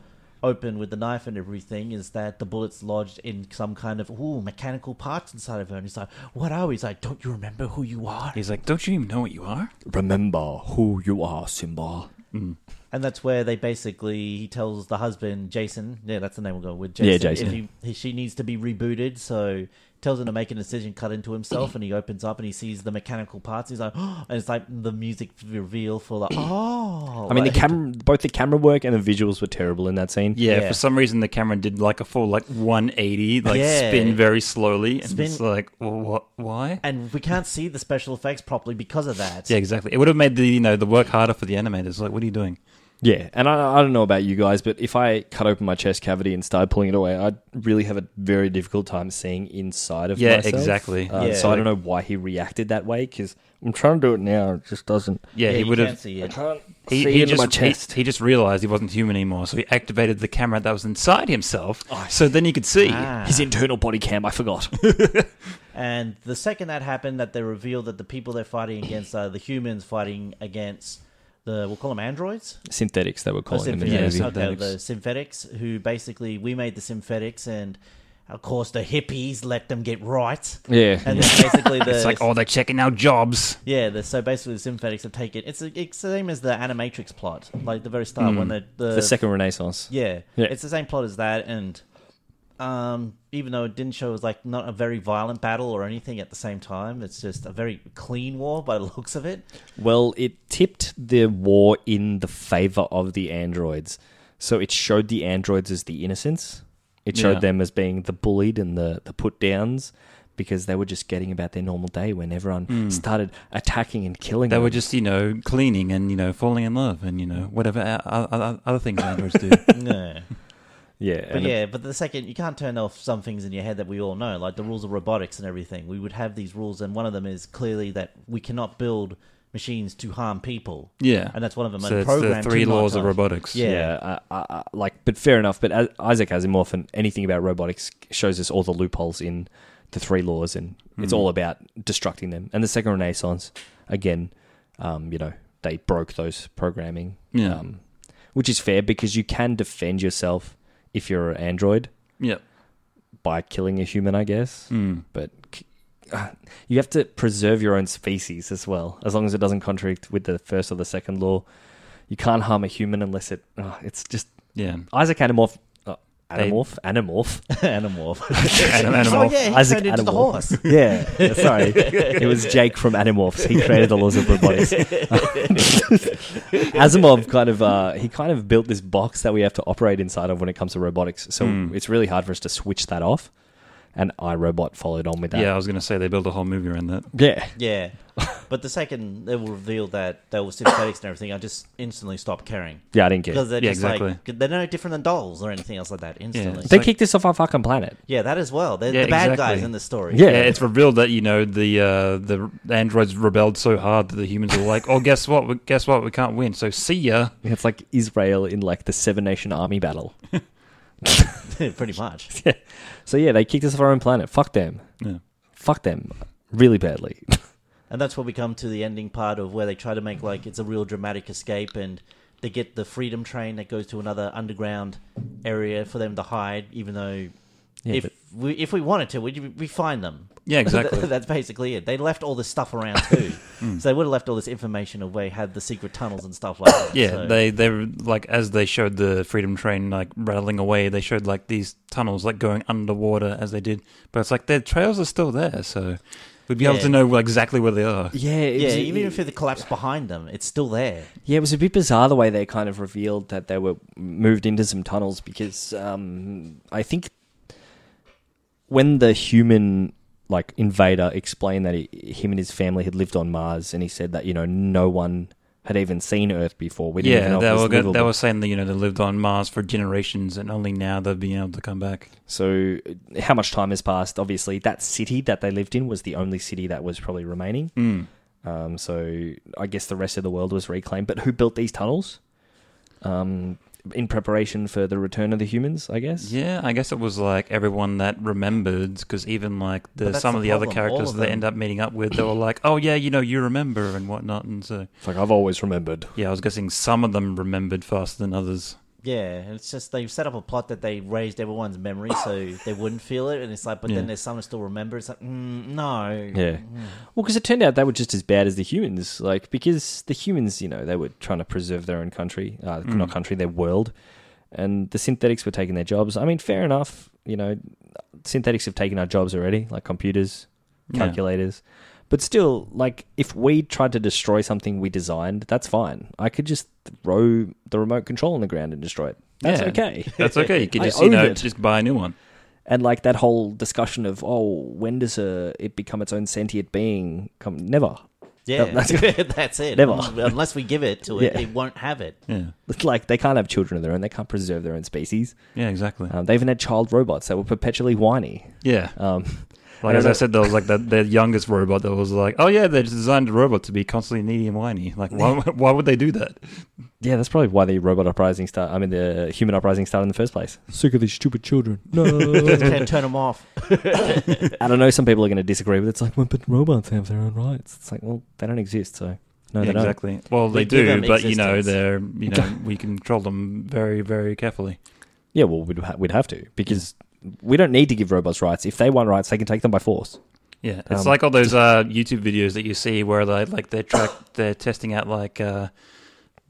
Speaker 2: open with the knife and everything, is that the bullet's lodged in some kind of ooh mechanical parts inside of her. And he's like, "What are we?" He's like, "Don't you remember who you are?"
Speaker 3: He's like, don't you even know what you are?
Speaker 1: Remember who you are, Simba.
Speaker 2: And that's where they basically he tells the husband Jason, yeah, that's the name we'll go with. Jason,
Speaker 1: Yeah, Jason.
Speaker 2: If he, he, she needs to be rebooted, so tells him to make a decision, cut into himself, and he opens up and he sees the mechanical parts. He's like, oh, and it's like the music reveal for like, oh.
Speaker 1: I mean, the
Speaker 2: like-
Speaker 1: camera, both the camera work and the visuals were terrible in that scene.
Speaker 3: Yeah,
Speaker 2: Yeah.
Speaker 3: for some reason the camera did like a full like 180, like
Speaker 2: Yeah.
Speaker 3: spin very slowly, and
Speaker 2: Spin-
Speaker 3: it's like, well, what? Why?
Speaker 2: and we can't see the special effects properly because of that.
Speaker 3: Yeah, exactly. It would have made the you know the work harder for the animators. Like, what are you doing?
Speaker 1: Yeah, and I, I don't know about you guys, but if I cut open my chest cavity and started pulling it away, I'd really have a very difficult time seeing inside of
Speaker 3: Yeah,
Speaker 1: myself.
Speaker 3: exactly.
Speaker 1: Uh,
Speaker 2: Yeah.
Speaker 1: So I don't know why he reacted that way because I'm trying to do it now. It just doesn't.
Speaker 3: Yeah,
Speaker 2: Yeah,
Speaker 3: he
Speaker 2: you
Speaker 3: would
Speaker 2: can't
Speaker 3: have.
Speaker 2: see it.
Speaker 1: Can't
Speaker 3: He,
Speaker 1: see
Speaker 3: he
Speaker 1: into
Speaker 3: just
Speaker 1: my chest.
Speaker 3: He, he just realized he wasn't human anymore, so he activated the camera that was inside himself, so then he could see.
Speaker 2: Ah.
Speaker 1: His internal body cam. I forgot.
Speaker 2: And the second that happened, that they revealed that the people they're fighting against are the humans fighting against the we'll call them androids.
Speaker 1: Synthetics. They were
Speaker 2: The
Speaker 1: calling them in the
Speaker 3: yeah,
Speaker 2: synthetics,
Speaker 1: movie.
Speaker 3: synth-
Speaker 2: okay, the synthetics, who basically we made the synthetics, and of course the hippies let them get right,
Speaker 1: Yeah.
Speaker 2: and then basically the
Speaker 3: It's like, oh, they're checking out jobs.
Speaker 2: yeah, the, so basically the synthetics have taken it's the it's the same as the animatrix plot, like the very start when the the,
Speaker 1: Hmm. the second Renaissance.
Speaker 2: yeah,
Speaker 1: Yeah.
Speaker 2: it's the same plot as that, and um, even though it didn't show it was like not a very violent battle or anything at the same time, it's just a very clean war by the looks of it.
Speaker 1: Well, it tipped the war in the favor of the androids. So it showed the androids as the innocents. It showed
Speaker 3: Yeah.
Speaker 1: them as being the bullied and the, the put downs because they were just getting about their normal day when everyone started attacking and killing
Speaker 3: Hmm. They
Speaker 1: them.
Speaker 3: were just, you know, cleaning and, you know, falling in love and, you know, whatever o- o- other things androids do.
Speaker 2: No.
Speaker 1: yeah,
Speaker 2: But
Speaker 1: and
Speaker 2: yeah, but the second you can't turn off some things in your head that we all know, like the rules of robotics and everything. We would have these rules, and one of them is clearly that we cannot build machines to harm people.
Speaker 3: Yeah.
Speaker 2: and that's one of them.
Speaker 3: So
Speaker 2: and
Speaker 3: it's the
Speaker 2: program
Speaker 3: three
Speaker 2: to not
Speaker 3: laws of
Speaker 2: touch.
Speaker 3: robotics.
Speaker 1: yeah,
Speaker 2: yeah.
Speaker 1: I, I, I- like, but fair enough. But as Isaac Asimov and anything about robotics shows us all the loopholes in the three laws, and it's all about destructing them. And the Second Renaissance, again, um, you know, they broke those programming,
Speaker 3: Yeah.
Speaker 1: um, which is fair because you can defend yourself if you're an android
Speaker 3: Yep.
Speaker 1: by killing a human, I guess.
Speaker 3: Mm.
Speaker 1: But c- uh, you have to preserve your own species as well, as long as it doesn't contradict with the first or the second law. You can't harm a human unless it. Uh, it's just
Speaker 3: Yeah.
Speaker 1: Isaac Animorph. Uh,
Speaker 3: They-
Speaker 1: Animorph? Animorph?
Speaker 2: Animorph.
Speaker 3: Adam, Adam
Speaker 2: oh yeah, he
Speaker 1: Isaac
Speaker 2: turned into the
Speaker 1: Animorph.
Speaker 2: horse.
Speaker 1: Yeah, sorry. it was Jake from Animorphs. He created the laws of robotics. Asimov kind of uh, he kind of built this box that we have to operate inside of when it comes to robotics. So
Speaker 2: Hmm.
Speaker 1: it's really hard for us to switch that off. And iRobot followed on with that.
Speaker 3: Yeah, I was going to say they built a whole movie around that.
Speaker 1: Yeah.
Speaker 2: Yeah, but the second they will reveal that they were synthetics and everything, I just instantly stopped caring
Speaker 1: Yeah, I didn't care.
Speaker 2: because they're
Speaker 3: Yeah,
Speaker 2: just
Speaker 3: exactly.
Speaker 2: like they're no different than dolls or anything else like that. Instantly,
Speaker 1: They
Speaker 3: like-
Speaker 1: kicked us off our fucking planet.
Speaker 2: yeah, that as well. They're
Speaker 3: Yeah,
Speaker 2: the bad
Speaker 3: exactly.
Speaker 2: guys in the story.
Speaker 1: Yeah.
Speaker 3: Yeah, it's revealed that you know the uh, the androids rebelled so hard that the humans were like, "Oh, guess what? We, guess what? We can't win. So see ya."
Speaker 1: It's like Israel in like the Seven Nation Army battle.
Speaker 2: pretty much.
Speaker 1: So yeah, they kicked us off our own planet. Fuck them.
Speaker 3: Yeah.
Speaker 1: Fuck them. Really badly.
Speaker 2: And that's where we come to the ending part of where they try to make like it's a real dramatic escape and they get the freedom train that goes to another underground area for them to hide, even though
Speaker 1: Yeah,
Speaker 2: if
Speaker 1: but-
Speaker 2: we if we wanted to, we we find them.
Speaker 3: Yeah, exactly. Hmm.
Speaker 2: that's basically it. They left all this stuff around too, so they would have left all this information away had the secret tunnels and stuff like that.
Speaker 3: Yeah,
Speaker 2: so-
Speaker 3: they they were like as they showed the freedom train like rattling away, they showed like these tunnels like going underwater as they did, but it's like their trails are still there, so we'd be able
Speaker 2: Yeah.
Speaker 3: to know well, exactly where they are.
Speaker 1: yeah, it
Speaker 2: yeah,
Speaker 1: was-
Speaker 2: even if it collapsed behind them, it's still there.
Speaker 1: Yeah, it was a bit bizarre the way they kind of revealed that they were moved into some tunnels because um, I think when the human like invader explained that he, him and his family had lived on Mars, and he said that you know no one had even seen Earth before. We didn't even
Speaker 3: Yeah,
Speaker 1: know
Speaker 3: they
Speaker 1: it was
Speaker 3: were go-
Speaker 1: livable.
Speaker 3: they were saying that you know they lived on Mars for generations, and only now they've been able to come back.
Speaker 1: So, uh, how much time has passed? Obviously, that city that they lived in was the only city that was probably remaining.
Speaker 3: Mm.
Speaker 1: Um, so, I guess the rest of the world was reclaimed. But who built these tunnels? Um, in preparation for the return of the humans, I guess.
Speaker 3: Yeah, I guess it was like everyone that remembered because even like the
Speaker 2: that's
Speaker 3: some
Speaker 2: the
Speaker 3: of the other
Speaker 2: problem, all
Speaker 3: characters
Speaker 2: of
Speaker 3: they
Speaker 2: them.
Speaker 3: end up meeting up with, they were like, "Oh yeah, you know, you remember and whatnot." And so
Speaker 1: It's like I've always remembered.
Speaker 3: yeah, I was guessing some of them remembered faster than others.
Speaker 2: Yeah, and it's just they've set up a plot that they raised everyone's memory so they wouldn't feel it, and it's like, but
Speaker 3: Yeah.
Speaker 2: then there's some that still remember. It's like, mm, no,
Speaker 1: Yeah. Well, because it turned out they were just as bad as the humans. Like, because the humans, you know, they were trying to preserve their own country, uh, not country, their world. And the synthetics were taking their jobs. I mean, fair enough. You know, synthetics have taken our jobs already, like computers,
Speaker 3: Yeah.
Speaker 1: calculators. But still, like, if we tried to destroy something we designed, that's fine. I could just throw the remote control on the ground and destroy it. That's
Speaker 3: Yeah.
Speaker 1: okay.
Speaker 3: That's okay. You could
Speaker 1: I
Speaker 3: just you
Speaker 1: own
Speaker 3: know
Speaker 1: it.
Speaker 3: just buy a new one.
Speaker 1: And like that whole discussion of, oh, when does uh, it become its own sentient being? Come, never.
Speaker 2: yeah,
Speaker 1: That-
Speaker 2: that's, it.
Speaker 1: Never.
Speaker 2: unless we give it to it,
Speaker 1: Yeah.
Speaker 2: it won't have it.
Speaker 3: Yeah,
Speaker 1: It's like they can't have children of their own. They can't preserve their own species.
Speaker 3: yeah, exactly.
Speaker 1: Um, they even had child robots that were perpetually whiny.
Speaker 3: Yeah,
Speaker 1: Um,
Speaker 3: like
Speaker 1: I
Speaker 3: as
Speaker 1: don't
Speaker 3: I said, there was like that their youngest robot that was like, "Oh yeah, they just designed a robot to be constantly needy and whiny." Like, why why would they do that?
Speaker 1: yeah, that's probably why the robot uprising started. I mean, the human uprising started in the first place.
Speaker 4: Sick of these stupid children. No.
Speaker 2: Just can't turn them off.
Speaker 1: I don't know. Some people are going to disagree with it. It's like, well,
Speaker 4: but robots have their own rights.
Speaker 1: it's like, well, they don't exist, so no,
Speaker 3: Yeah,
Speaker 1: they don't.
Speaker 3: exactly. Well,
Speaker 2: We
Speaker 3: they
Speaker 2: give
Speaker 3: do,
Speaker 2: them
Speaker 3: but you know,
Speaker 2: existence.
Speaker 3: they're you know, we control them very very carefully.
Speaker 1: Yeah, well, we'd ha- we'd have to because we don't need to give robots rights. If they want rights, they can take them by force.
Speaker 3: Yeah, it's
Speaker 1: Um,
Speaker 3: like all those uh, YouTube videos that you see where they like they track they're testing out like uh,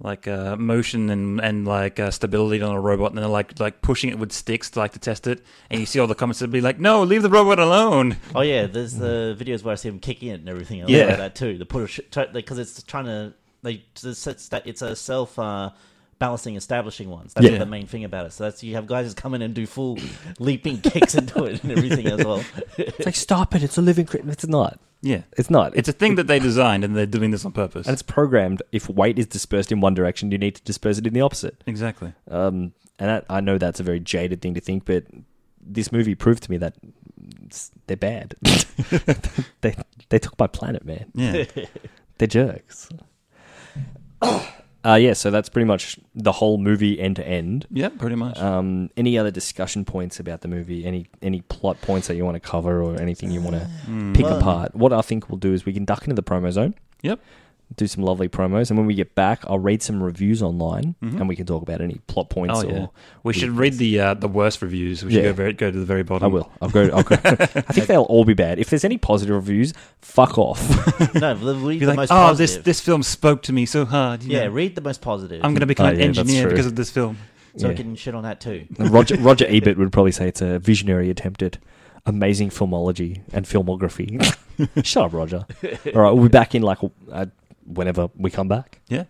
Speaker 3: like uh, motion and and like uh, stability on a robot, and they're like like pushing it with sticks to like to test it, and you see all the comments that be like, "No, leave the robot alone."
Speaker 2: Oh yeah, there's the videos where I see them kicking it and everything else
Speaker 3: Yeah.
Speaker 2: like that too. The push because it's trying to they it's a- it's a self. Uh, Balancing, establishing ones. That's
Speaker 3: Yeah.
Speaker 2: the main thing about it. So that's you have guys just come in and do full leaping kicks into it and everything as well.
Speaker 1: It's like, stop it! It's a living creature. It's not.
Speaker 3: Yeah,
Speaker 1: It's not.
Speaker 3: it's a thing that they designed, and they're doing this on purpose.
Speaker 1: and it's programmed. If weight is dispersed in one direction, you need to disperse it in the opposite.
Speaker 3: exactly.
Speaker 1: Um, and that, I know that's a very jaded thing to think, but this movie proved to me that s- they're bad. they they took my planet, man.
Speaker 3: Yeah,
Speaker 1: They're jerks. Uh, yeah, so that's pretty much the whole movie end to end.
Speaker 3: yeah, pretty much.
Speaker 1: Um, any other discussion points about the movie? Any any plot points that you want to cover, or anything you want to
Speaker 3: Mm.
Speaker 1: pick
Speaker 2: Well-
Speaker 1: apart? What I think we'll do is we can duck into the promo zone.
Speaker 3: Yep.
Speaker 1: Do some lovely promos, and when we get back, I'll read some reviews online,
Speaker 3: Mhm.
Speaker 1: and we can talk about any plot points.
Speaker 3: Oh,
Speaker 1: or
Speaker 3: yeah. We should read the uh, the worst reviews. We should
Speaker 1: Yeah.
Speaker 3: go, very, go to the very bottom.
Speaker 1: I will. I'll go. I'll go. I think they'll all be bad. If there's any positive reviews, fuck off.
Speaker 2: no, read
Speaker 3: Be
Speaker 2: the
Speaker 3: like, oh,
Speaker 2: most positive.
Speaker 3: this this film spoke to me so hard. you
Speaker 2: yeah,
Speaker 3: know.
Speaker 2: read the most positive.
Speaker 3: I'm going to become
Speaker 1: Oh,
Speaker 3: an
Speaker 1: yeah, that's
Speaker 3: engineer
Speaker 1: true.
Speaker 3: because of this film.
Speaker 2: so I
Speaker 1: Yeah.
Speaker 2: can shit on that too.
Speaker 1: Roger Roger Ebert would probably say it's a visionary attempt at amazing filmology and filmography. Shut up, Roger. All right, we'll be back in like uh, whenever we come back.
Speaker 3: Yeah.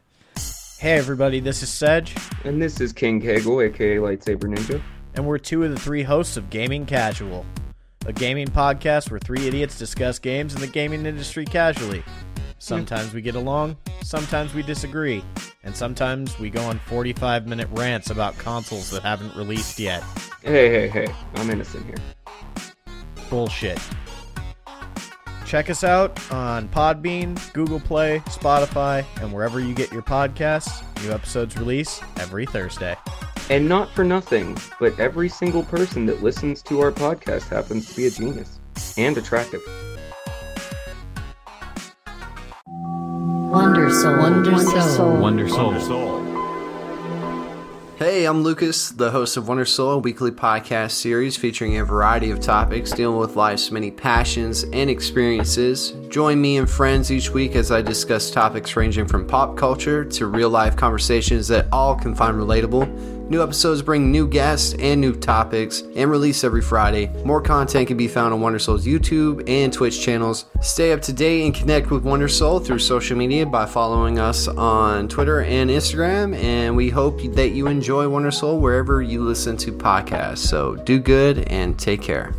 Speaker 5: Hey everybody, this is Sedge,
Speaker 6: And this is King Kegel, aka Lightsaber Ninja.
Speaker 5: and we're two of the three hosts of Gaming Casual, a gaming podcast where three idiots discuss games in the gaming industry casually. Sometimes we get along, sometimes we disagree, and sometimes we go on 45 minute rants about consoles that haven't released yet.
Speaker 6: Hey, hey, hey, I'm innocent here.
Speaker 5: Bullshit. Check us out on Podbean, Google Play, Spotify, and wherever you get your podcasts. New episodes release every Thursday.
Speaker 6: And not for nothing, but every single person that listens to our podcast happens to be a genius and attractive.
Speaker 7: Wonder Soul. Wonder Soul.
Speaker 8: Wonder Soul.
Speaker 9: Hey, I'm Lucas, the host of Wonder Soul, a weekly podcast series featuring a variety of topics dealing with life's many passions and experiences. Join me and friends each week as I discuss topics ranging from pop culture to real life conversations that all can find relatable. New episodes bring new guests and new topics and release every Friday. More content can be found on Wonder Soul's YouTube and Twitch channels. Stay up to date and connect with Wonder Soul through social media by following us on Twitter and Instagram. And we hope that you enjoy Wonder Soul wherever you listen to podcasts. So do good and take care.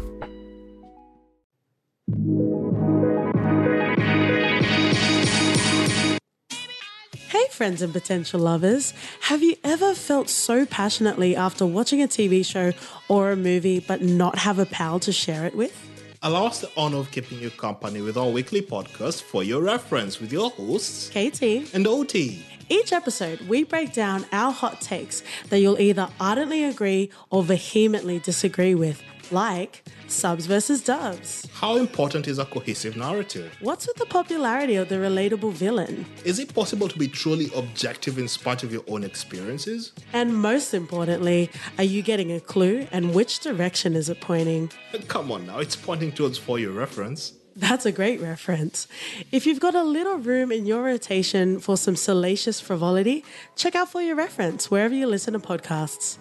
Speaker 10: Hey, friends and potential lovers. Have you ever felt so passionately after watching a TV show or a movie but not have a pal to share it with?
Speaker 8: allow us the honor of keeping you company with our weekly podcast for your reference with your hosts
Speaker 10: KT.
Speaker 8: and OT.
Speaker 10: Each episode, we break down our hot takes that you'll either ardently agree or vehemently disagree with, like subs versus dubs.
Speaker 8: How important is a cohesive narrative?
Speaker 10: What's with the popularity of the relatable villain?
Speaker 8: Is it possible to be truly objective in spite of your own experiences?
Speaker 10: And most importantly, are you getting a clue and which direction is it pointing?
Speaker 8: Come on now, it's pointing towards for your reference.
Speaker 10: That's a great reference. If you've got a little room in your rotation for some salacious frivolity, check out For Your Reference wherever you listen to podcasts.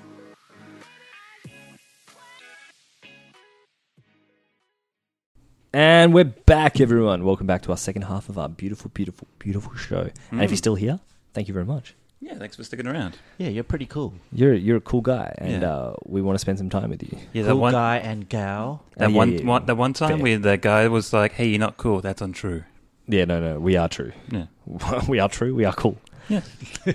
Speaker 1: And we're back, everyone. Welcome back to our second half of our beautiful, beautiful, beautiful show. And if
Speaker 3: Mm.
Speaker 1: you're still here, thank you very much.
Speaker 3: Yeah, thanks for sticking around.
Speaker 2: Yeah, you're pretty cool.
Speaker 1: You're you're a cool guy, and
Speaker 3: Yeah.
Speaker 1: uh, we want to spend some time with you.
Speaker 3: Yeah, that
Speaker 2: cool
Speaker 3: one,
Speaker 2: guy and gal.
Speaker 1: Uh,
Speaker 3: that
Speaker 1: yeah,
Speaker 3: one,
Speaker 1: yeah,
Speaker 3: one, that one time
Speaker 1: Fair.
Speaker 3: where that guy was like, "Hey, you're not cool. That's untrue."
Speaker 1: Yeah, no, no, we are true.
Speaker 3: Yeah.
Speaker 1: we are true. We are cool.
Speaker 3: Yeah.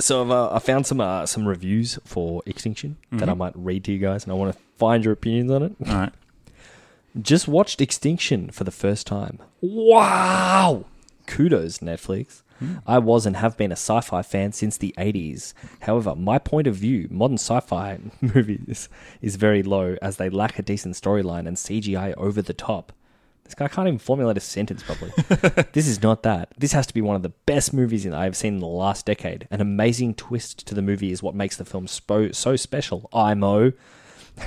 Speaker 1: So I've, uh, I found some uh, some reviews for Extinction that
Speaker 3: Mm-hmm.
Speaker 1: I might read to you guys, and I want to find your opinions on it.
Speaker 3: All right.
Speaker 1: Just watched Extinction for the first time. Wow! Kudos, Netflix. I was and have been a sci fi fan since the 80s. However, my point of view, modern sci fi movies is very low as they lack a decent storyline and CGI over the top. This guy can't even formulate a sentence properly. this is not that. This has to be one of the best movies that I have seen in the last decade. An amazing twist to the movie is what makes the film spo- so special. IMO.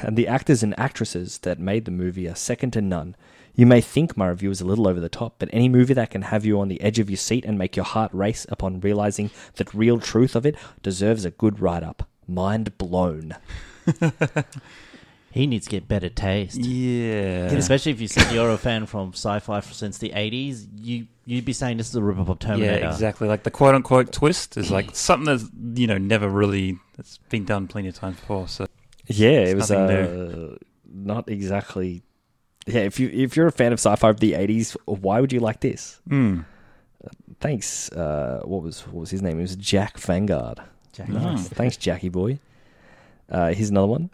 Speaker 1: And the actors and actresses that made the movie are second to none. You may think my review is a little over the top, but any movie that can have you on the edge of your seat and make your heart race upon realizing that real truth of it deserves a good write up. Mind blown.
Speaker 2: He needs to get better taste.
Speaker 3: Yeah.
Speaker 2: Especially if you said you're a fan from sci-fi f- since the '80s, you you'd be saying this is a rip-off of Terminator.
Speaker 3: Yeah, exactly. Like the quote unquote twist is like something that's you know never really that's been done plenty of times before. So
Speaker 1: Yeah, it
Speaker 3: There's
Speaker 1: was
Speaker 3: nothing
Speaker 1: uh, not exactly. Yeah, if you if you're a fan of sci-fi of the '80s, why would you like this?
Speaker 3: Mm.
Speaker 1: Thanks. Uh, what was what was his name? It was Jack Vanguard.
Speaker 2: Jack
Speaker 3: Nice.
Speaker 1: Thanks, Jackie boy. Uh, here's another one.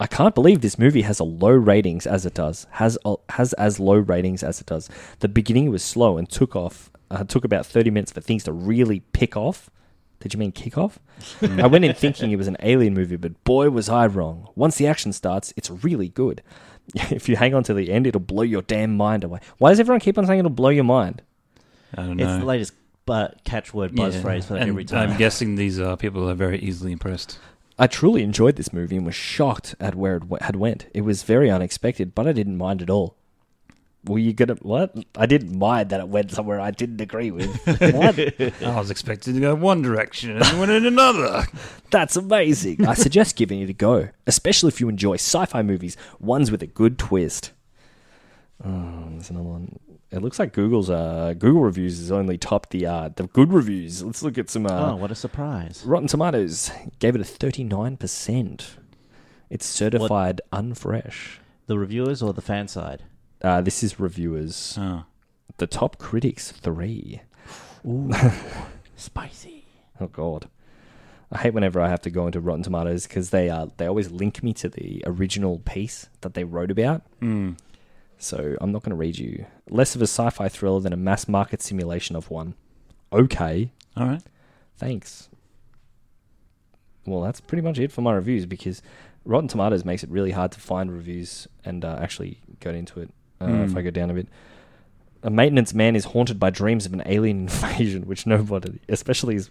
Speaker 1: I can't believe this movie has a low ratings as it does. Has a- has as low ratings as it does. The beginning was slow and took off. Uh, took about thirty minutes for things to really pick off. Did you mean kick off? I went in thinking it was an alien movie, but boy was I wrong. Once the action starts, it's really good. If you hang on to the end, it'll blow your damn mind away. Why does everyone keep on saying it'll blow your mind?
Speaker 3: I don't know.
Speaker 2: It's the latest uh, catchword buzz
Speaker 3: Yeah.
Speaker 2: phrase for
Speaker 3: And
Speaker 2: every time.
Speaker 3: I'm guessing these uh, people are very easily impressed.
Speaker 1: I truly enjoyed this movie and was shocked at where it w- had went. It was very unexpected, but I didn't mind at all. Were you gonna what? I didn't mind that it went somewhere I didn't agree with. what?
Speaker 3: I was expecting to go one direction and it went in another.
Speaker 1: That's amazing. I suggest giving it a go, especially if you enjoy sci-fi movies, ones with a good twist. Oh, there's another one. It looks like Google's uh, Google reviews has only topped the uh, the good reviews. Let's look at some. Uh,
Speaker 2: oh, what a surprise!
Speaker 1: Rotten Tomatoes gave it a 39%. It's certified unfresh.
Speaker 2: The reviewers or the fan side?
Speaker 1: Uh, this is reviewers.
Speaker 3: Oh.
Speaker 1: The top critics, three.
Speaker 2: Spicy.
Speaker 1: Oh, God. I hate whenever I have to go into Rotten Tomatoes because they, uh, they always link me to the original piece that they wrote about.
Speaker 3: Mm.
Speaker 1: So I'm not going to read you. Less of a sci fi thriller than a mass market simulation of one. Okay.
Speaker 3: All right.
Speaker 1: Thanks. Well, that's pretty much it for my reviews because Rotten Tomatoes makes it really hard to find reviews and uh, actually get into it uh,
Speaker 3: Hmm.
Speaker 1: if I go down a bit. A maintenance man is haunted by dreams of an alien invasion, which nobody, especially is.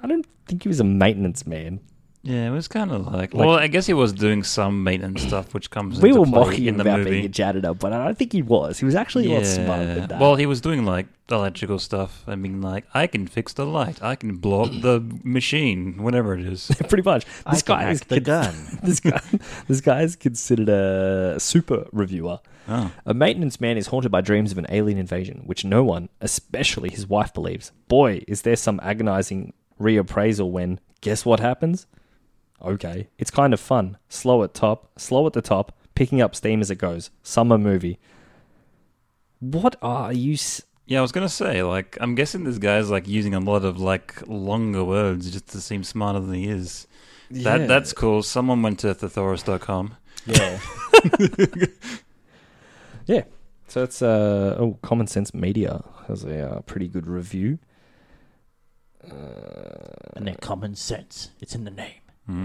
Speaker 1: I don't think he was a maintenance man.
Speaker 3: Yeah, it was kind of like,
Speaker 1: Like-
Speaker 3: Well, I guess he was doing some maintenance stuff, which comes.
Speaker 1: we
Speaker 3: into
Speaker 1: were
Speaker 3: play
Speaker 1: mocking
Speaker 3: in
Speaker 1: him
Speaker 3: the
Speaker 1: about
Speaker 3: movie.
Speaker 1: being a janitor, but I don't think he was. He was actually a lot smarter than that.
Speaker 3: Well, he was doing like electrical stuff. I mean, like I can fix the light, I can blow up the machine, whatever it is.
Speaker 1: pretty much.
Speaker 2: I
Speaker 1: This
Speaker 2: can
Speaker 1: guy
Speaker 2: hack
Speaker 1: is
Speaker 2: the
Speaker 1: con-
Speaker 2: gun.
Speaker 1: this guy, this guy is considered a super reviewer.
Speaker 3: Oh.
Speaker 1: A maintenance man is haunted by dreams of an alien invasion, which no one, especially his wife, believes. Boy, is there some agonizing reappraisal when guess what happens? Okay, it's kind of fun. Slow at top, slow at the top, picking up steam as it goes. Summer movie. What are you? S-
Speaker 3: Yeah, I was gonna say, like, I'm guessing this guy's like using a lot of like longer words just to seem smarter than he is. That that's cool. Someone went to thesaurus.com.
Speaker 1: Yeah. yeah. So it's uh oh, Common Sense Media has a uh, pretty good review. Uh,
Speaker 2: and their common sense. It's in the name.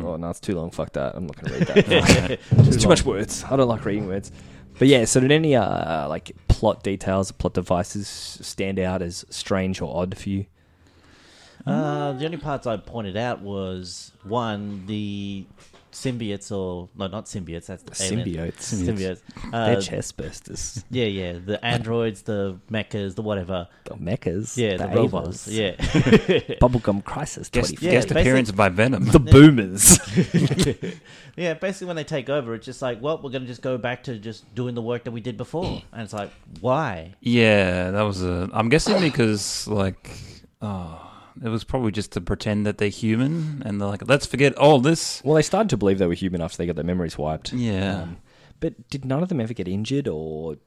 Speaker 1: Oh no, it's too long. Fuck that. I'm not gonna read that. It's too much words. I don't like reading words. But yeah, so did any uh like plot details, plot devices stand out as strange or odd for you?
Speaker 2: Uh,
Speaker 3: Mm.
Speaker 2: the only parts I pointed out was one the symbiotes or no, not symbiotes. That's the alien.
Speaker 1: Symbiotes.
Speaker 2: Symbiotes.
Speaker 1: They're
Speaker 2: Uh,
Speaker 1: chest bursters.
Speaker 2: yeah, yeah. The androids, the mechas, the whatever.
Speaker 1: The mechas.
Speaker 2: Yeah, the, robots.
Speaker 1: Avas.
Speaker 2: Yeah.
Speaker 1: Bubblegum Crisis
Speaker 3: Guest,
Speaker 1: 24.
Speaker 2: Yeah,
Speaker 3: guest
Speaker 2: basically-
Speaker 3: appearance by Venom.
Speaker 1: The boomers.
Speaker 2: yeah. Basically, when they take over, it's just like, well, we're gonna just go back to just doing the work that we did before,
Speaker 3: Mm.
Speaker 2: and it's like, why?
Speaker 3: Yeah, that was a. I'm guessing because like, oh, it was probably just to pretend that they're human, and they're like, let's forget all this.
Speaker 1: well, they started to believe they were human after they got their memories wiped. Um,
Speaker 3: Yeah.
Speaker 1: But did none of them ever get injured or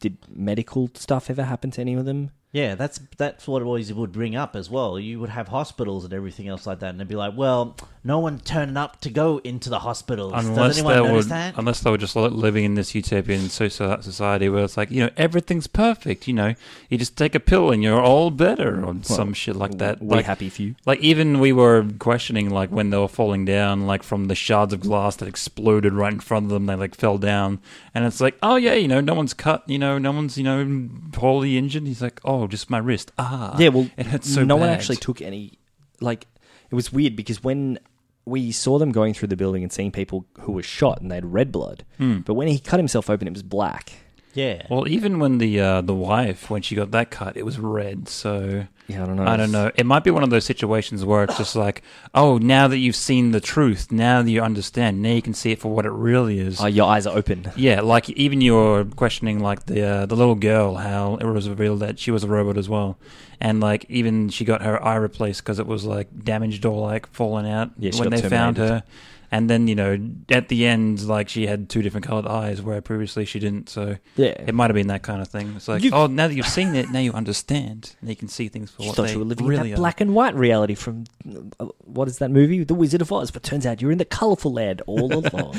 Speaker 1: did medical stuff ever happen to any of them?
Speaker 2: Yeah, that's that's what it always would bring up as well. You would have hospitals and everything else like that, and they'd be like, "Well, no one turned up to go into the hospitals." Does
Speaker 3: Unless
Speaker 2: anyone
Speaker 3: they
Speaker 2: notice
Speaker 3: were,
Speaker 2: that?
Speaker 3: unless they were just li- living in this utopian so- so- society where it's like, you know, everything's perfect. You know, you just take a pill and you're all better, or some shit like that.
Speaker 1: We
Speaker 3: like,
Speaker 1: happy few.
Speaker 3: Like even we were questioning like when they were falling down, like from the shards of glass that exploded right in front of them, they like fell down, and it's like, oh yeah, you know, no one's cut, you know, no one's you know poorly injured. He's like, oh, just my wrist. Ah,
Speaker 1: Yeah, well,
Speaker 3: it hurts so
Speaker 1: no one
Speaker 3: bad.
Speaker 1: actually took any. Like, it was weird because when we saw them going through the building and seeing people who were shot and they had red blood,
Speaker 3: Hmm.
Speaker 1: but when he cut himself open, it was black.
Speaker 2: yeah,
Speaker 3: Well, even when the uh, the wife when she got that cut, it was red. So
Speaker 1: Yeah, I don't know.
Speaker 3: I don't know. It might be one of those situations where it's just like, oh, now that you've seen the truth, now that you understand, now you can see it for what it really is.
Speaker 1: Oh, your eyes are open.
Speaker 3: Yeah, like even you were questioning like the uh, the little girl how it was revealed that she was a robot as well, and like even she got her eye replaced because it was like damaged or like fallen out
Speaker 1: Yeah, she
Speaker 3: when
Speaker 1: got
Speaker 3: they found
Speaker 1: terminated.
Speaker 3: her, and then you know at the end like she had two different colored eyes where previously she didn't, so
Speaker 1: Yeah.
Speaker 3: it might have been that kind of thing. It's like
Speaker 1: You-
Speaker 3: oh now that you've seen it now you understand now you can see things for
Speaker 1: You
Speaker 3: what
Speaker 1: thought
Speaker 3: they
Speaker 1: you were living in
Speaker 3: really
Speaker 1: that
Speaker 3: are.
Speaker 1: black and white reality from uh, what is that movie, The Wizard of Oz? But turns out you're in the colourful land all along.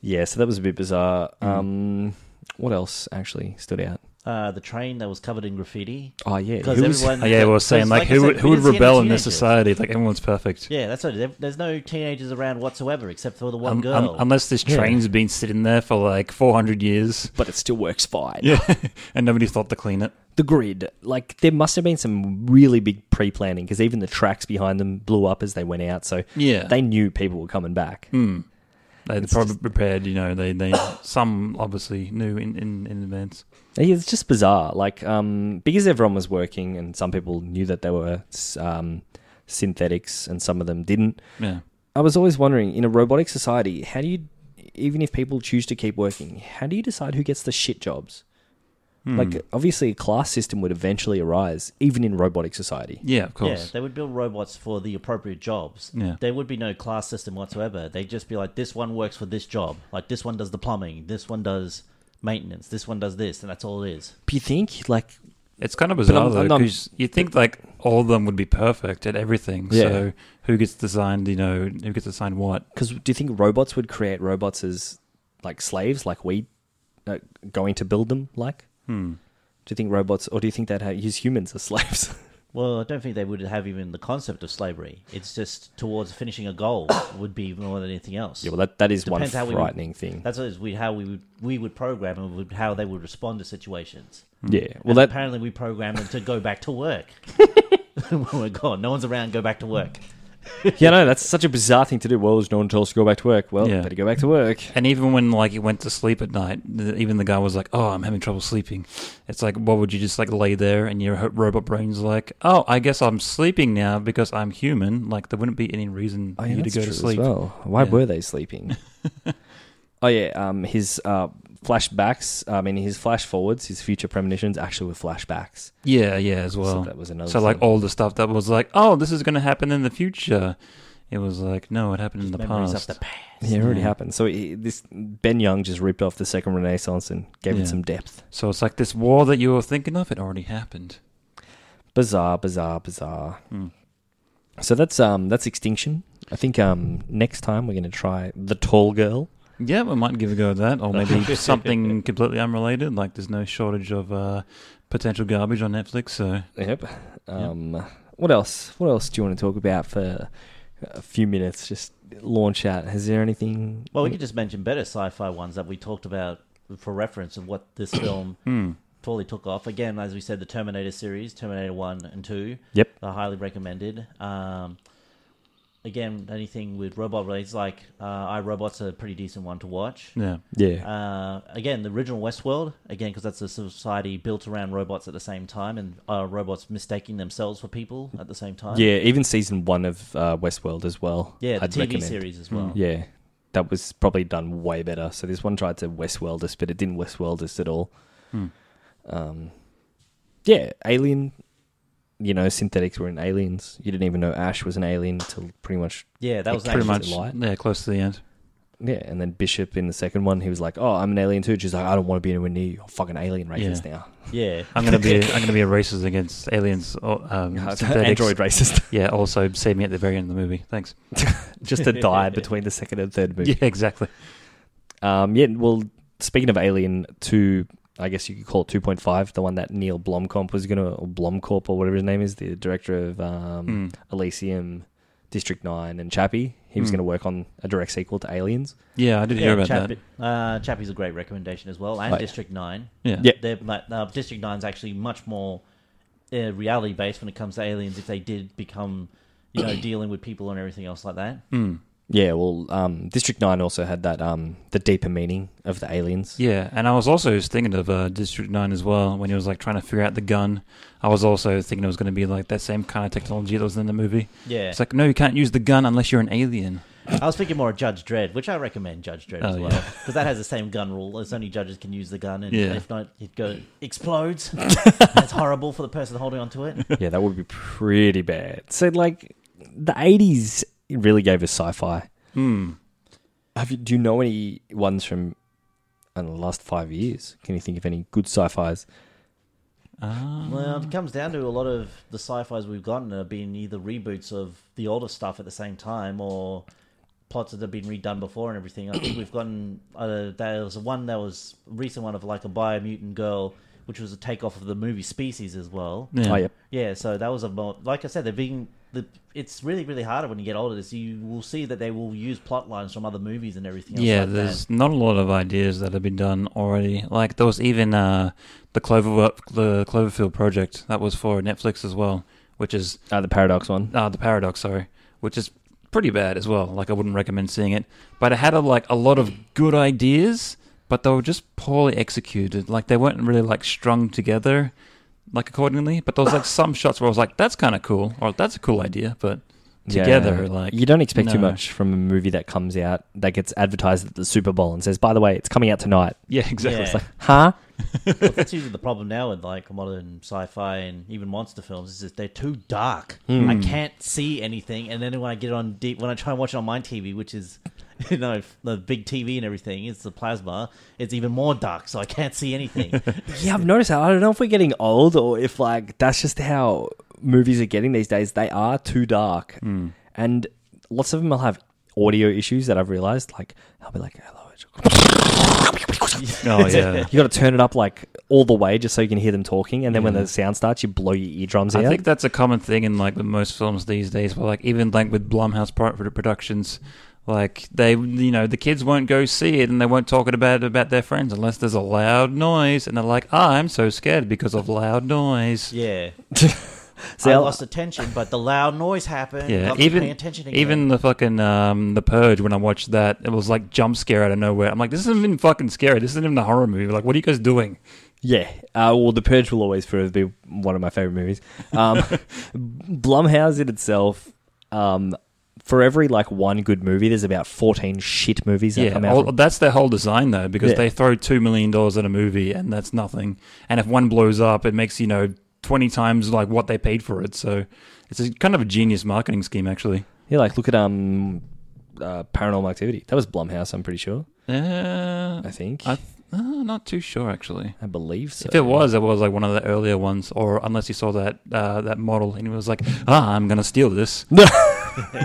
Speaker 1: yeah, so that was a bit bizarre. Um, what else actually stood out?
Speaker 2: uh, the train that was covered in graffiti.
Speaker 1: Oh yeah,
Speaker 2: Because
Speaker 1: who's-
Speaker 2: everyone,
Speaker 3: Oh, yeah, we were
Speaker 2: because
Speaker 3: saying like,
Speaker 2: I
Speaker 3: who
Speaker 2: said,
Speaker 3: would,
Speaker 2: we
Speaker 3: who would
Speaker 2: didn't see any
Speaker 3: rebel in this
Speaker 2: teenagers.
Speaker 3: society? Like everyone's perfect.
Speaker 2: Yeah, that's what. there- There's no teenagers around whatsoever except for the one
Speaker 3: Um,
Speaker 2: girl.
Speaker 3: um, unless this
Speaker 1: Yeah.
Speaker 3: train's been sitting there for like 400 years
Speaker 1: but it still works fine.
Speaker 3: and nobody thought to clean it.
Speaker 1: The grid, like there must have been some really big pre-planning because even the tracks behind them blew up as they went out, so
Speaker 3: Yeah.
Speaker 1: they knew people were coming back.
Speaker 3: They
Speaker 1: It's
Speaker 3: probably
Speaker 1: just-
Speaker 3: prepared, you know, they, they some obviously knew in, in, in advance.
Speaker 1: Yeah, It's just bizarre, like um, because everyone was working and some people knew that they were um, synthetics and some of them didn't.
Speaker 3: Yeah.
Speaker 1: I was always wondering in a robotic society, how do you, even if people choose to keep working, how do you decide who gets the shit jobs? Like, obviously, a class system would eventually arise, even in robotic society.
Speaker 3: Yeah,
Speaker 2: yeah,
Speaker 3: of course.
Speaker 2: they would build robots for the appropriate jobs.
Speaker 3: Yeah.
Speaker 2: There would be no class system whatsoever. They'd just be like, this one works for this job. Like this one does the plumbing. This one does maintenance. This one does this, and that's all it is.
Speaker 1: But you think, like,
Speaker 3: It's kind of bizarre
Speaker 1: I'm-
Speaker 3: though,
Speaker 1: I'm not-
Speaker 3: 'cause you think like all of them would be perfect at everything.
Speaker 1: Yeah.
Speaker 3: So who gets designed, you know, who gets assigned what?
Speaker 1: because do you think robots would create robots as, like, slaves, like we uh, going to build them, like? Do you think robots, or do you think that use humans as slaves?
Speaker 2: Well, I don't think they would have even the concept of slavery. It's just towards finishing a goal would be more than anything else.
Speaker 1: yeah, well, that, that is
Speaker 2: Depends how
Speaker 1: one
Speaker 2: we-
Speaker 1: frightening thing.
Speaker 2: That's what it is, we, how we would we would program and would, how they would respond to situations.
Speaker 1: yeah, well,
Speaker 2: Well,
Speaker 1: that
Speaker 2: apparently we program them to go back to work. oh my god, no one's around. Go back to work.
Speaker 1: yeah, no, that's such a bizarre thing to do. Well, there's no one told us to go back to work. Well,
Speaker 3: Yeah.
Speaker 1: better go back to work.
Speaker 3: And even when like he went to sleep at night, the, even the guy was like, "Oh, I'm having trouble sleeping." It's like, what would you just like lay there and your ho- robot brain's like, "Oh, I guess I'm sleeping now because I'm human." Like there wouldn't be any reason
Speaker 1: Oh,
Speaker 3: for
Speaker 1: yeah,
Speaker 3: you to
Speaker 1: that's
Speaker 3: go
Speaker 1: true
Speaker 3: to
Speaker 1: as
Speaker 3: sleep.
Speaker 1: well. Why
Speaker 3: Yeah.
Speaker 1: were they sleeping? oh yeah, um, his uh, flashbacks. I mean, his flash forwards, his future premonitions actually were flashbacks.
Speaker 3: Yeah, yeah, as well.
Speaker 1: that was another
Speaker 3: So like
Speaker 1: thing.
Speaker 3: all the stuff that was like, "Oh, this is going to happen in the future." It was like, "No, it happened in the
Speaker 2: Memories
Speaker 3: past."
Speaker 2: of the past.
Speaker 1: Yeah, it already happened. So he, this Ben Young just ripped off the second Renaissance and gave
Speaker 3: Yeah.
Speaker 1: it some depth.
Speaker 3: so it's like this war that you were thinking of, it already happened.
Speaker 1: Bizarre, bizarre, bizarre.
Speaker 3: Hmm.
Speaker 1: So that's um that's extinction. I think um next time we're going to try the tall girl.
Speaker 3: Yeah, we might give a go at that, or maybe something completely unrelated. Like there's no shortage of uh, potential garbage on Netflix, so
Speaker 1: Yep. Um, What else? What else do you want to talk about for a few minutes? Just launch out. Is there anything?
Speaker 2: Well, we could just mention better sci-fi ones that we talked about for reference of what this film
Speaker 3: Hmm.
Speaker 2: totally took off. Again, as we said, the Terminator series, Terminator One and Two.
Speaker 1: Yep.
Speaker 2: are highly recommended. Um, again, anything with robot related, like uh, iRobot's a pretty decent one to watch.
Speaker 3: yeah.
Speaker 1: Yeah.
Speaker 2: Uh, again, the original Westworld, again, because that's a society built around robots at the same time, and uh, robots mistaking themselves for people at the same time.
Speaker 1: yeah. Even season one of uh, Westworld as well.
Speaker 2: uh, yeah, the
Speaker 1: I'd
Speaker 2: TV
Speaker 1: recommend.
Speaker 2: series
Speaker 3: Mm.
Speaker 2: as well.
Speaker 1: Yeah. That was probably done way better. So this one tried to Westworld us, but it didn't Westworld us at all.
Speaker 3: Hmm.
Speaker 1: Um, yeah, Alien. You know, synthetics were in aliens. You didn't even know Ash was an alien until pretty much.
Speaker 2: Yeah, that
Speaker 1: It
Speaker 2: was
Speaker 3: pretty
Speaker 2: actually-
Speaker 3: much
Speaker 1: Is it light?
Speaker 3: yeah, close to the end.
Speaker 1: Yeah, and then Bishop in the second one, he was like, "Oh, I'm an alien too." She's like, "I don't want to be anywhere near you. I'm fucking alien racist now.
Speaker 2: Yeah,
Speaker 3: I'm gonna be I'm gonna be a racist against aliens. Or, um, synthetics.
Speaker 1: Android racist."
Speaker 3: Yeah. Also, save me at the very end of the movie. Thanks.
Speaker 1: Just to die between the second and third movie.
Speaker 3: Yeah. Exactly.
Speaker 1: Um, yeah, well, speaking of Alien 2, I guess you could call it 2.5, the one that Neil Blomkamp was going to, or Blomkorp or whatever his name is, the director of um,
Speaker 3: Hmm.
Speaker 1: Elysium, District 9, and Chappie. He was
Speaker 3: Hmm.
Speaker 1: going to work on a direct sequel to Aliens.
Speaker 3: Yeah, I did hear about that.
Speaker 2: Uh, Chappie's a great recommendation as well, and
Speaker 1: Oh, yeah.
Speaker 2: District Nine.
Speaker 3: Yeah.
Speaker 1: Yeah.
Speaker 2: They're, but, uh, District Nine's actually much more uh, reality based when it comes to aliens. If they did become, you know, dealing with people and everything else like that.
Speaker 3: Hmm.
Speaker 1: Yeah, well, um, District 9 also had that, um, the deeper meaning of the aliens.
Speaker 3: Yeah, and I was also thinking of uh, District Nine as well when he was like trying to figure out the gun. I was also thinking it was going to be like that same kind of technology that was in the movie.
Speaker 2: Yeah,
Speaker 3: It's like no, you can't use the gun unless you're an alien.
Speaker 2: I was thinking more of Judge Dredd, which I recommend Judge Dredd as
Speaker 3: Oh,
Speaker 2: well
Speaker 3: yeah.
Speaker 2: because that has the same gun rule. It's only judges can use the gun, and
Speaker 3: Yeah.
Speaker 2: if not, it go explodes. That's horrible for the person holding onto it.
Speaker 1: yeah, that would be pretty bad. So, like, the 80s really gave us sci fi.
Speaker 3: Hmm.
Speaker 1: Have you, do you know any ones from I don't know, the last five years? Can you think of any good sci-fi's?
Speaker 3: Ah.
Speaker 2: Well, it comes down to a lot of the sci-fi's we've gotten have been either reboots of the older stuff at the same time or plots that have been redone before and everything. I think we've gotten uh, there was one that was a recent one of like a biomutant girl, which was a takeoff of the movie Species as well.
Speaker 3: yeah.
Speaker 1: Oh, yep.
Speaker 2: Yeah, so that was a mo- like I said, they're being the. It's really really harder when you get older. Is you will see that they will use plot lines from other movies and everything. Else
Speaker 3: Yeah,
Speaker 2: like
Speaker 3: there's
Speaker 2: that.
Speaker 3: not a lot of ideas that have been done already. Like there was even uh, the Clover the Cloverfield project that was for Netflix as well, which is
Speaker 1: Uh, the Paradox one.
Speaker 3: uh, the Paradox, sorry, which is pretty bad as well. Like I wouldn't recommend seeing it, but it had a, like a lot of good ideas, but they were just poorly executed. Like they weren't really like strung together like accordingly. But there was like some shots where I was like, "That's kind of cool," or "That's a cool idea," but together,
Speaker 1: Yeah.
Speaker 3: like
Speaker 1: you don't expect too
Speaker 3: no.
Speaker 1: much from a movie that comes out that gets advertised at the Super Bowl and says, "By the way, it's coming out tonight."
Speaker 3: Yeah, exactly.
Speaker 2: Yeah.
Speaker 1: It's like, huh?
Speaker 2: Well, that's usually the problem now with like modern sci-fi and even monster films is that they're too dark. I can't see anything, and then when I get on deep, when I try and watch it on my TV, which is you know the big TV and everything, it's the plasma. It's even more dark, so I can't see anything.
Speaker 1: Yeah, I've noticed that. I don't know if we're getting old or if like that's just how movies are getting these days. They are too dark,
Speaker 3: Hmm.
Speaker 1: and lots of them will have audio issues that I've realized. Like, I'll be like, "Hello." it's-
Speaker 3: oh yeah.
Speaker 1: You got to turn it up like all the way just so you can hear them talking, and then when the sound starts, you blow your eardrums out.
Speaker 3: I think that's a common thing in like the most films these days. Where like even like with Blumhouse pro- productions, like they you know the kids won't go see it and they won't talk about it about their friends unless there's a loud noise and they're like, I'm so scared because of loud noise.
Speaker 2: yeah,
Speaker 1: See,
Speaker 2: I
Speaker 1: I-
Speaker 2: lost attention, but the loud noise happened.
Speaker 3: Yeah,
Speaker 2: Got me paying
Speaker 3: even
Speaker 2: attention again.
Speaker 3: even the fucking um, the purge. When I watched that, it was like jump scare out of nowhere. I'm like, this isn't even fucking scary. This isn't even a horror movie. Like, what are you guys doing?
Speaker 1: Yeah. Uh, well, The Purge will always forever be one of my favorite movies. Um, Blumhouse in itself, um, for every like one good movie, there's about 14 shit movies that
Speaker 3: Yeah,
Speaker 1: come out.
Speaker 3: all,
Speaker 1: from-
Speaker 3: that's their whole design though, because
Speaker 1: Yeah.
Speaker 3: they throw two million dollars at a movie and that's nothing. And if one blows up, it makes you know twenty times like what they paid for it. So it's a kind of a genius marketing scheme, actually.
Speaker 1: yeah, like look at um, uh, Paranormal Activity. That was Blumhouse, I'm pretty sure.
Speaker 3: Uh,
Speaker 1: I think.
Speaker 3: I
Speaker 1: I,
Speaker 3: th- uh, not too sure actually.
Speaker 1: believe so.
Speaker 3: If it was, it was like one of the earlier ones, or unless you saw that uh, that model and it was like, ah, I'm gonna steal this.
Speaker 1: but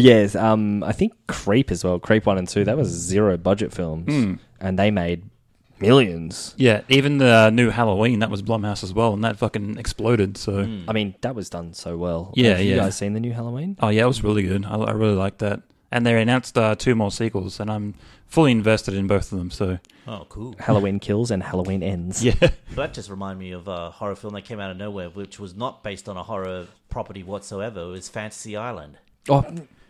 Speaker 1: yes, um, I think Creep as well. Creep one and two. That was zero budget films,
Speaker 3: Hmm.
Speaker 1: and they made millions.
Speaker 3: Yeah, even the new Halloween that was Blumhouse as well, and that fucking exploded. So
Speaker 1: I mean, that was done so well.
Speaker 3: Hmm. Yeah,
Speaker 1: Have You
Speaker 3: yeah.
Speaker 1: guys seen the new Halloween?
Speaker 3: oh yeah, it was really good. I, I really liked that. And they announced uh, two more sequels, and I'm fully invested in both of them. So
Speaker 2: Oh, cool.
Speaker 1: Halloween Kills and Halloween Ends.
Speaker 3: yeah,
Speaker 2: That just reminded me of a horror film that came out of nowhere, which was not based on a horror property whatsoever. It was Fantasy Island.
Speaker 1: Oh,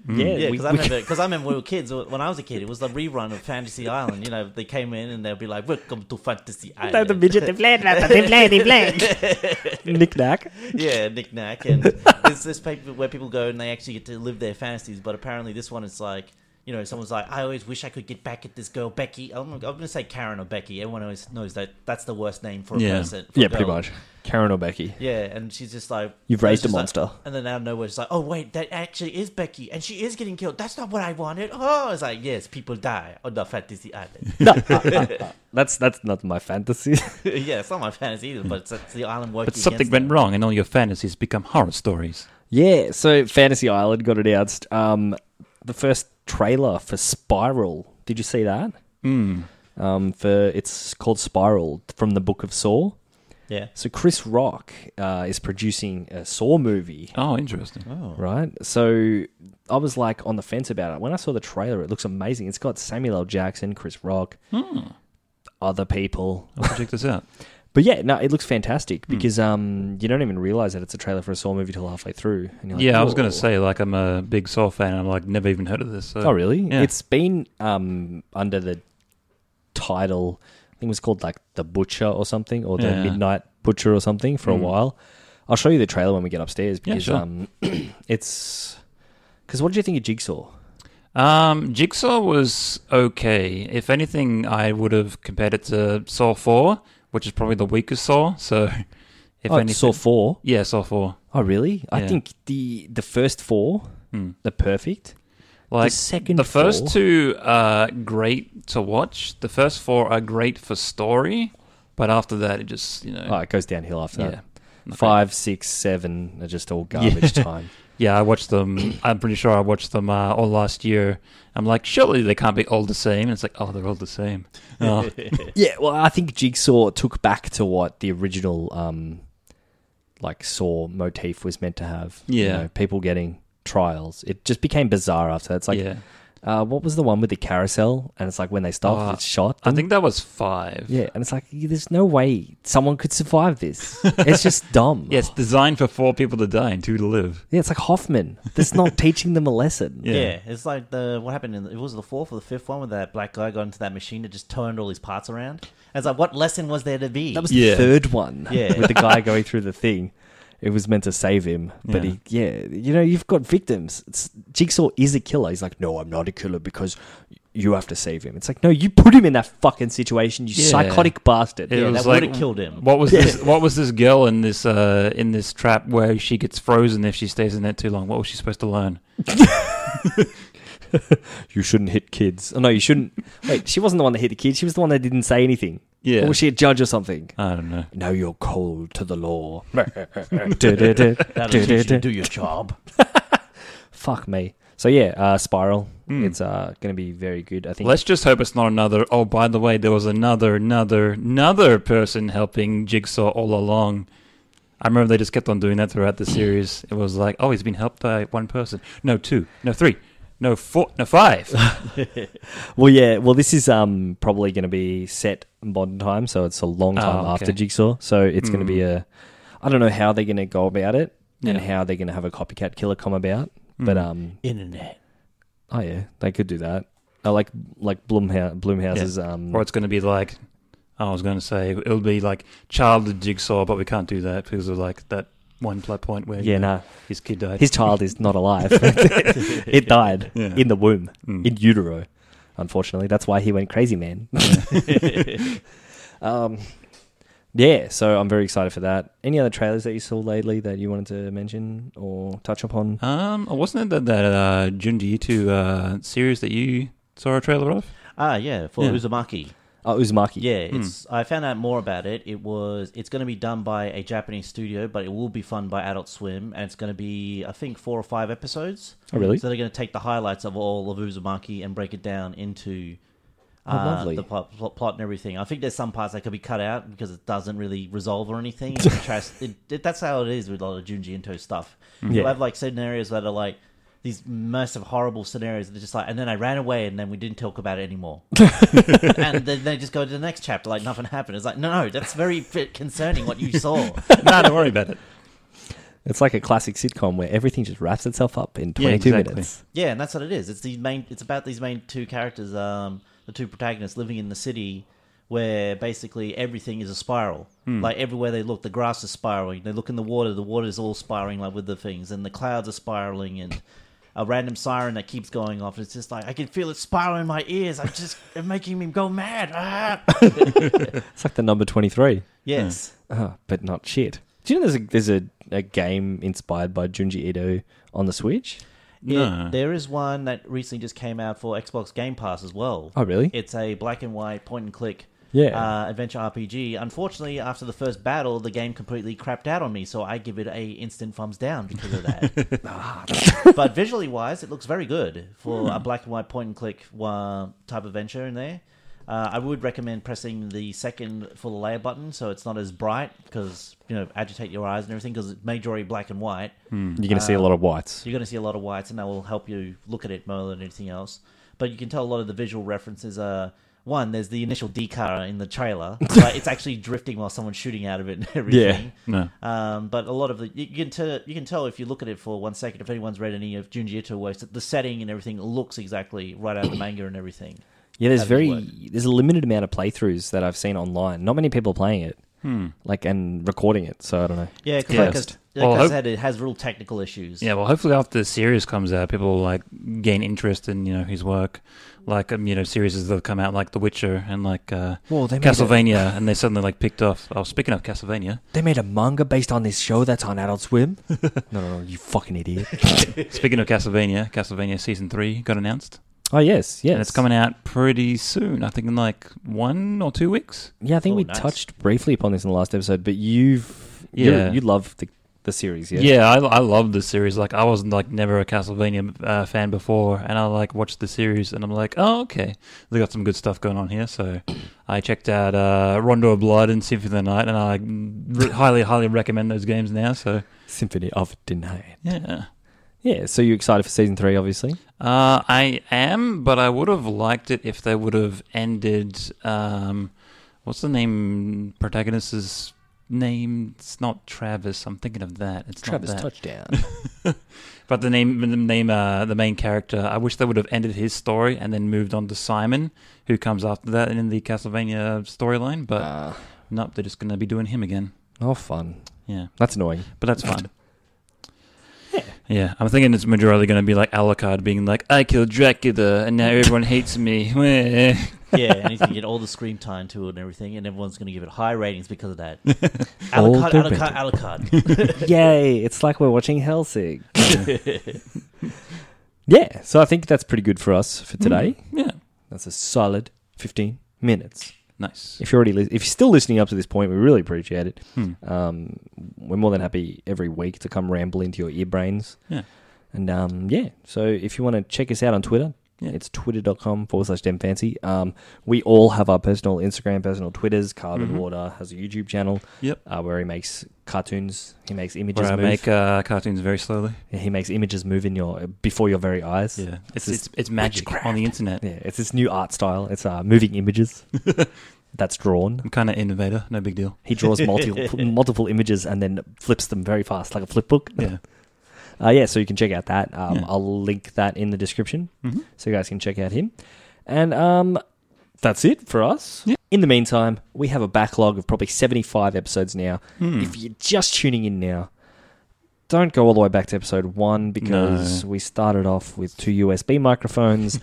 Speaker 3: Hmm.
Speaker 2: Yeah,
Speaker 1: yeah. we-
Speaker 2: because I
Speaker 1: we-
Speaker 2: remember because I remember when we were kids. When I was a kid, it was the rerun of Fantasy Island. You know, they came in and they'd be like, "Welcome to Fantasy Island."
Speaker 1: No, the midget, they played that, they played, they played. Knick-knack.
Speaker 2: yeah, knickknack. And there's this paper where people go and they actually get to live their fantasies. But apparently, this one is like, you know, someone's like, I always wish I could get back at this girl, Becky. I'm, I'm going to say Karen or Becky. Everyone always knows that that's the worst name for a
Speaker 3: Yeah.
Speaker 2: person. for a
Speaker 1: Yeah, pretty
Speaker 2: girl.
Speaker 1: much. Karen or Becky.
Speaker 2: Yeah, and she's just like,
Speaker 1: You've raised
Speaker 2: she's
Speaker 1: a
Speaker 2: just like-
Speaker 1: monster.
Speaker 2: and then out of nowhere, she's like, oh, wait, that actually is Becky. And she is getting killed. That's not what I wanted. Oh, it's like, yes, people die on the fantasy island.
Speaker 1: That's that's not my fantasy.
Speaker 2: yeah, it's not my fantasy either, but it's, it's the island working.
Speaker 3: but something
Speaker 2: against
Speaker 3: went
Speaker 2: them.
Speaker 3: wrong, and all your fantasies become horror stories.
Speaker 1: yeah, so Fantasy Island got announced. Um, the first trailer for Spiral. Did you see that? Um, for it's called Spiral from the Book of Saw.
Speaker 2: Yeah.
Speaker 1: So Chris Rock uh, is producing a Saw movie.
Speaker 3: Oh, interesting. Oh,
Speaker 1: right? So I was like on the fence about it. When I saw the trailer, it looks amazing. It's got Samuel L. Jackson, Chris Rock, other people.
Speaker 3: Hmm. I'll check this out.
Speaker 1: But yeah, no, it looks
Speaker 3: Hmm.
Speaker 1: fantastic because um, you don't even realize that it's a trailer for a Saw movie till halfway through. And you're like,
Speaker 3: yeah, I was
Speaker 1: "Whoa."
Speaker 3: gonna say like I'm a big Saw fan. and I'm like never even heard of this. So.
Speaker 1: Oh, really?
Speaker 3: Yeah.
Speaker 1: It's been um, under the title, I think it was called like The Butcher or something, or The
Speaker 3: Yeah. Mm.
Speaker 1: Midnight Butcher or something for a while. I'll show you the trailer when we get upstairs
Speaker 3: Yeah,
Speaker 1: because
Speaker 3: sure.
Speaker 1: um, it's. Because what did you think of Jigsaw?
Speaker 3: Um, Jigsaw was okay. If anything, I would have compared it to Saw Four, which is probably the weakest Saw. So, if
Speaker 1: oh,
Speaker 3: anything,
Speaker 1: Saw 4.
Speaker 3: yeah, Saw Four.
Speaker 1: Oh, really? I
Speaker 3: Yeah.
Speaker 1: think the the first four,
Speaker 3: Hmm.
Speaker 1: the perfect.
Speaker 3: Like
Speaker 1: second
Speaker 3: the first
Speaker 1: four-
Speaker 3: two are great to watch. The first four are great for story, but after that, it just you know,
Speaker 1: Oh, it goes downhill after
Speaker 3: yeah,
Speaker 1: that. Five, six, seven are just all garbage time.
Speaker 3: yeah. I watched them. I'm pretty sure I watched them uh, all last year. I'm like, surely they can't be all the same. And it's like, oh, they're all the same. Oh,
Speaker 1: yeah, well, I think Jigsaw took back to what the original, um, like saw motif was meant to have.
Speaker 3: Yeah.
Speaker 1: people getting trials. It just became bizarre after that. It's like,
Speaker 3: yeah.
Speaker 1: uh, what was the one with the carousel? And it's like when they stopped,
Speaker 3: Uh,
Speaker 1: it's shot.
Speaker 3: I
Speaker 1: them.
Speaker 3: think that was five.
Speaker 1: Yeah, and it's like there's no way someone could survive this. it's just dumb.
Speaker 3: Yeah, it's designed for four people to die and two to live.
Speaker 1: Yeah, it's like Hoffman. That's not teaching them a lesson.
Speaker 3: Yeah.
Speaker 2: Yeah. it's like the what happened in the, it was the fourth or the fifth one where that black guy got into that machine that just turned all his parts around. And it's like, what lesson was there to be?
Speaker 1: That was
Speaker 3: Yeah.
Speaker 1: the third one.
Speaker 2: Yeah.
Speaker 1: With the guy going through the thing. It was meant to save him. But
Speaker 3: Yeah.
Speaker 1: he yeah, you know, you've got victims. It's, Jigsaw is a killer. He's like, No, I'm not a killer because you have to save him. It's like, no, you put him in that fucking situation, you
Speaker 3: Yeah.
Speaker 1: psychotic bastard.
Speaker 3: It
Speaker 2: yeah,
Speaker 3: was
Speaker 2: that
Speaker 3: like-
Speaker 2: would have killed him.
Speaker 3: What was this? What was this girl in this uh, in this trap where she gets frozen if she stays in it too long? What was she supposed to learn?
Speaker 1: You shouldn't hit kids. Oh no, you shouldn't wait, she wasn't the one that hit the kids, she was the one that didn't say anything.
Speaker 3: Yeah.
Speaker 1: Or was she a judge or something?
Speaker 3: I don't know.
Speaker 1: Now you're cold to the law.
Speaker 2: That'll teach you to do your job.
Speaker 1: Fuck me. So yeah, uh, Spiral. It's uh, going to be very good. I think.
Speaker 3: Let's just hope it's not another. Oh, by the way, there was another, another, another person helping Jigsaw all along. I remember they just kept on doing that throughout the series. It was like, oh, he's been helped by one person. No, two. No, three. No, four. No, five.
Speaker 1: well, yeah. Well, this is um probably going to be set in modern time, so it's a long time
Speaker 3: Oh, okay.
Speaker 1: after Jigsaw. So it's going to be a. I don't know how they're going to go about it and
Speaker 3: Yeah.
Speaker 1: how they're going to have a copycat killer come about, but um,
Speaker 2: Internet.
Speaker 1: oh yeah, they could do that. I like like Bloomhouse. Bloomhouse's um.
Speaker 3: or it's going to be like I was going to say it'll be like childhood jigsaw, but we can't do that because of like that one plot point where
Speaker 1: yeah, no.
Speaker 3: his kid died.
Speaker 1: His child is not alive. it died
Speaker 3: Yeah.
Speaker 1: in the womb,
Speaker 3: Mm.
Speaker 1: in utero. Unfortunately, that's why he went crazy, man. um, yeah, so I'm very excited for that. Any other trailers that you saw lately that you wanted to mention or touch upon?
Speaker 3: um, wasn't it that that uh, Junji Ito uh, series that you saw a trailer of?
Speaker 2: Ah, yeah, for
Speaker 3: Yeah.
Speaker 2: Uzumaki.
Speaker 1: Oh, Uzumaki.
Speaker 2: Yeah, it's. I found out more about it. It was. It's going to be done by a Japanese studio, but it will be fun by Adult Swim, and it's going to be, I think, four or five episodes.
Speaker 1: Oh, really?
Speaker 2: So they're going to take the highlights of all of Uzumaki and break it down into
Speaker 1: Oh,
Speaker 2: uh,
Speaker 1: lovely.
Speaker 2: the plot, plot, plot and everything. I think there's some parts that could be cut out because it doesn't really resolve or anything. It contrasts- it- it- that's how it is with a lot of Junji Ito stuff.
Speaker 1: Yeah.
Speaker 2: You'll have like scenarios that are like these massive horrible scenarios that are just like, and then I ran away and then we didn't talk about it anymore. and then they just go to the next chapter like nothing happened. It's like, no, that's very bit concerning what you saw.
Speaker 3: no, don't worry about it.
Speaker 1: It's like a classic sitcom where everything just wraps itself up in 22
Speaker 3: exactly.
Speaker 1: minutes.
Speaker 2: Yeah, and that's what it is. It's these main. It's about these main two characters, um, the two protagonists living in the city where basically everything is a spiral. Like everywhere they look, the grass is spiraling. They look in the water, the water is all spiraling, like with the things, and the clouds are spiraling, and a random siren that keeps going off. It's just like I can feel it spiraling in my ears. I'm just it's making me go mad. Ah!
Speaker 1: It's like the number 23,
Speaker 2: Yes.
Speaker 1: Ah, but not shit. Do you know there's a, there's a, a game inspired by Junji Ito on the Switch?
Speaker 2: Yeah,
Speaker 3: No.
Speaker 2: there is one that recently just came out for Xbox Game Pass as well.
Speaker 1: Oh, really?
Speaker 2: It's a black and white point and click
Speaker 1: Yeah.
Speaker 2: uh, adventure RPG. Unfortunately, after the first battle, the game completely crapped out on me, so I give it a instant thumbs down because of that. Ah. but visually wise, it looks very good for
Speaker 1: Hmm.
Speaker 2: a black and white point and click uh, type adventure in there. Uh, I would recommend pressing the second full layer button so it's not as bright because you know agitate your eyes and everything because it's majority black and white.
Speaker 1: You're going to
Speaker 3: Uh,
Speaker 1: see a lot of whites.
Speaker 2: You're going to see a lot of whites, and that will help you look at it more than anything else. But you can tell a lot of the visual references are one. There's the initial decar in the trailer, but it's actually drifting while someone's shooting out of it and everything.
Speaker 3: No.
Speaker 2: Um, but a lot of the you can tell you can tell if you look at it for one second if anyone's read any of Junji Ito works that the setting and everything looks exactly right out of the manga and everything.
Speaker 1: Yeah, there's
Speaker 2: How does it
Speaker 1: very
Speaker 2: work?
Speaker 1: there's a limited amount of playthroughs that I've seen online. Not many people are playing it, like and recording it. So I don't know.
Speaker 2: Yeah, because
Speaker 3: Hmm. Yeah.
Speaker 2: like, I- like
Speaker 3: Well, I
Speaker 2: I
Speaker 3: hope-
Speaker 2: said, it has real technical issues.
Speaker 3: Yeah, well, hopefully after the series comes out, people will like gain interest in you know his work, like um, you know series that have come out like The Witcher and like uh,
Speaker 1: Well, they made
Speaker 3: Castlevania, and they suddenly like picked off. Oh, speaking of Castlevania,
Speaker 1: They made a manga based on this show that's on Adult Swim. no, no, no, you fucking idiot.
Speaker 3: speaking of Castlevania, Castlevania season three got announced,
Speaker 1: oh yes, yes.
Speaker 3: and it's coming out pretty soon. I think in like one or two weeks.
Speaker 1: Yeah, I think
Speaker 2: Oh,
Speaker 1: we
Speaker 2: nice.
Speaker 1: touched briefly upon this in the last episode, but you've
Speaker 3: Yeah.
Speaker 1: you you love the the series, yeah.
Speaker 3: Yeah, I, I love this series. Like, I was like never a Castlevania uh, fan before, and I like watched the series, and I'm like, oh okay, they got some good stuff going on here. So, I checked out uh, Rondo of Blood and Symphony of the Night, and I like, re- highly, highly recommend those games now. So,
Speaker 1: Symphony of Denied.
Speaker 3: yeah,
Speaker 1: Yeah, so you're excited for season three, obviously.
Speaker 3: uh, I am, but I would have liked it if they would have ended. Um, what's the name protagonist's name? It's not Travis. I'm thinking of that. It's not that.
Speaker 1: touchdown.
Speaker 3: But the name, the name, uh, the main character. I wish they would have ended his story and then moved on to Simon, who comes after that in the Castlevania storyline. But
Speaker 1: Ah.
Speaker 3: nope, they're just going to be doing him again.
Speaker 1: oh, fun.
Speaker 3: Yeah,
Speaker 1: That's annoying.
Speaker 3: but that's fine. yeah. I'm thinking it's majorly going to be like Alucard being like, "I killed Dracula, and now everyone hates me." Wah.
Speaker 2: yeah, and he's going to get all the screen time to it and everything, and everyone's going to give it high ratings because of that.
Speaker 1: All
Speaker 2: Alucard,
Speaker 1: the
Speaker 2: Alucard, Alucard.
Speaker 1: Yay! It's like we're watching Helsing. yeah, so I think that's pretty good for us for today.
Speaker 3: Hmm. yeah,
Speaker 1: That's a solid fifteen minutes.
Speaker 3: nice.
Speaker 1: If you're already li- if you're still listening up to this point, we really appreciate it.
Speaker 3: Hmm.
Speaker 1: Um, we're more than happy every week to come ramble into your ear brains.
Speaker 3: Yeah.
Speaker 1: And um, yeah, so if you want to check us out on Twitter,
Speaker 3: Yeah.
Speaker 1: it's twitter.com forward slash demfancy. Um, we all have our personal Instagram, personal Twitters. Carbon
Speaker 3: Mhm.
Speaker 1: Water has a YouTube channel
Speaker 3: Yep.
Speaker 1: uh, where he makes cartoons, he makes images
Speaker 3: Where I
Speaker 1: move.
Speaker 3: make uh, cartoons very slowly.
Speaker 1: Yeah, he makes images move in your before your very eyes.
Speaker 3: Yeah, it's
Speaker 1: This is
Speaker 3: it's, it's magic on the internet.
Speaker 1: Yeah, it's this new art style. It's uh, moving images that's drawn.
Speaker 3: I'm kind of innovator. No big deal.
Speaker 1: He draws multiple multiple images and then flips them very fast, like a flip book.
Speaker 3: Yeah.
Speaker 1: Uh, yeah, so you can check out that. Um,
Speaker 3: Yeah.
Speaker 1: I'll link that in the description,
Speaker 3: Mhm.
Speaker 1: so you guys can check out him. And um, that's it for us.
Speaker 3: Yeah.
Speaker 1: In the meantime, we have a backlog of probably seventy-five episodes now.
Speaker 3: Hmm.
Speaker 1: If you're just tuning in now, don't go all the way back to episode one because we started off with two USB microphones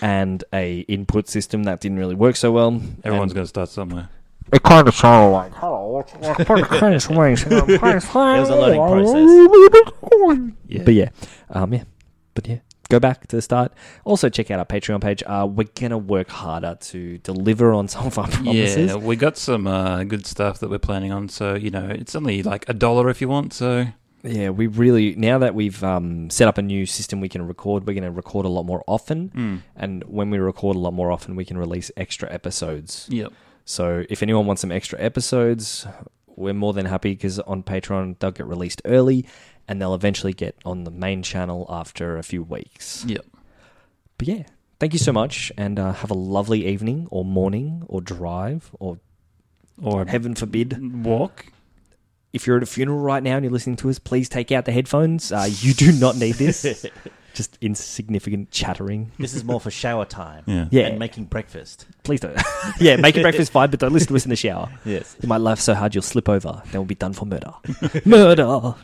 Speaker 1: and a input system that didn't really work so well.
Speaker 3: Everyone's
Speaker 1: And-
Speaker 3: going to start somewhere.
Speaker 4: It kind of sounded like,
Speaker 1: Oh,
Speaker 4: hello, what's what's the crazy It
Speaker 2: It was a learning process.
Speaker 1: But yeah, um, yeah, but yeah, go back to the start. Also, check out our Patreon page. Uh, we're going to work harder to deliver on some of our promises.
Speaker 3: Yeah, we got some uh, good stuff that we're planning on. So you know, it's only like a dollar if you want. So
Speaker 1: Yeah, we really now that we've um, set up a new system, we can record. We're going to record a lot more often,
Speaker 3: Mm.
Speaker 1: and when we record a lot more often, we can release extra episodes.
Speaker 3: Yep.
Speaker 1: So if anyone wants some extra episodes, we're more than happy because on Patreon they'll get released early, and they'll eventually get on the main channel after a few weeks.
Speaker 3: Yep.
Speaker 1: But yeah, thank you so much, and uh, have a lovely evening or morning or drive or
Speaker 3: or
Speaker 1: heaven forbid
Speaker 3: walk.
Speaker 1: if you're at a funeral right now and you're listening to us, please take out the headphones. Uh, you do not need this. Just insignificant chattering.
Speaker 2: This is more for shower time.
Speaker 3: Yeah.
Speaker 1: Yeah.
Speaker 2: And making breakfast.
Speaker 1: Please don't. yeah, make your breakfast fine, but don't listen to us in the shower.
Speaker 2: Yes.
Speaker 1: You might laugh so hard you'll slip over. Then we'll be done for murder. murder.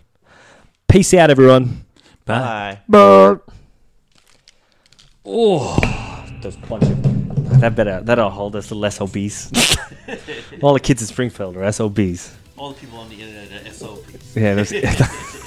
Speaker 1: Peace out, everyone.
Speaker 3: Bye.
Speaker 2: Bye.
Speaker 1: Oh, those punches. That better. That'll hold us. The less obese. All the kids in Springfield are SOBs.
Speaker 2: All the people on the internet are SOPs.
Speaker 1: Yeah. That's,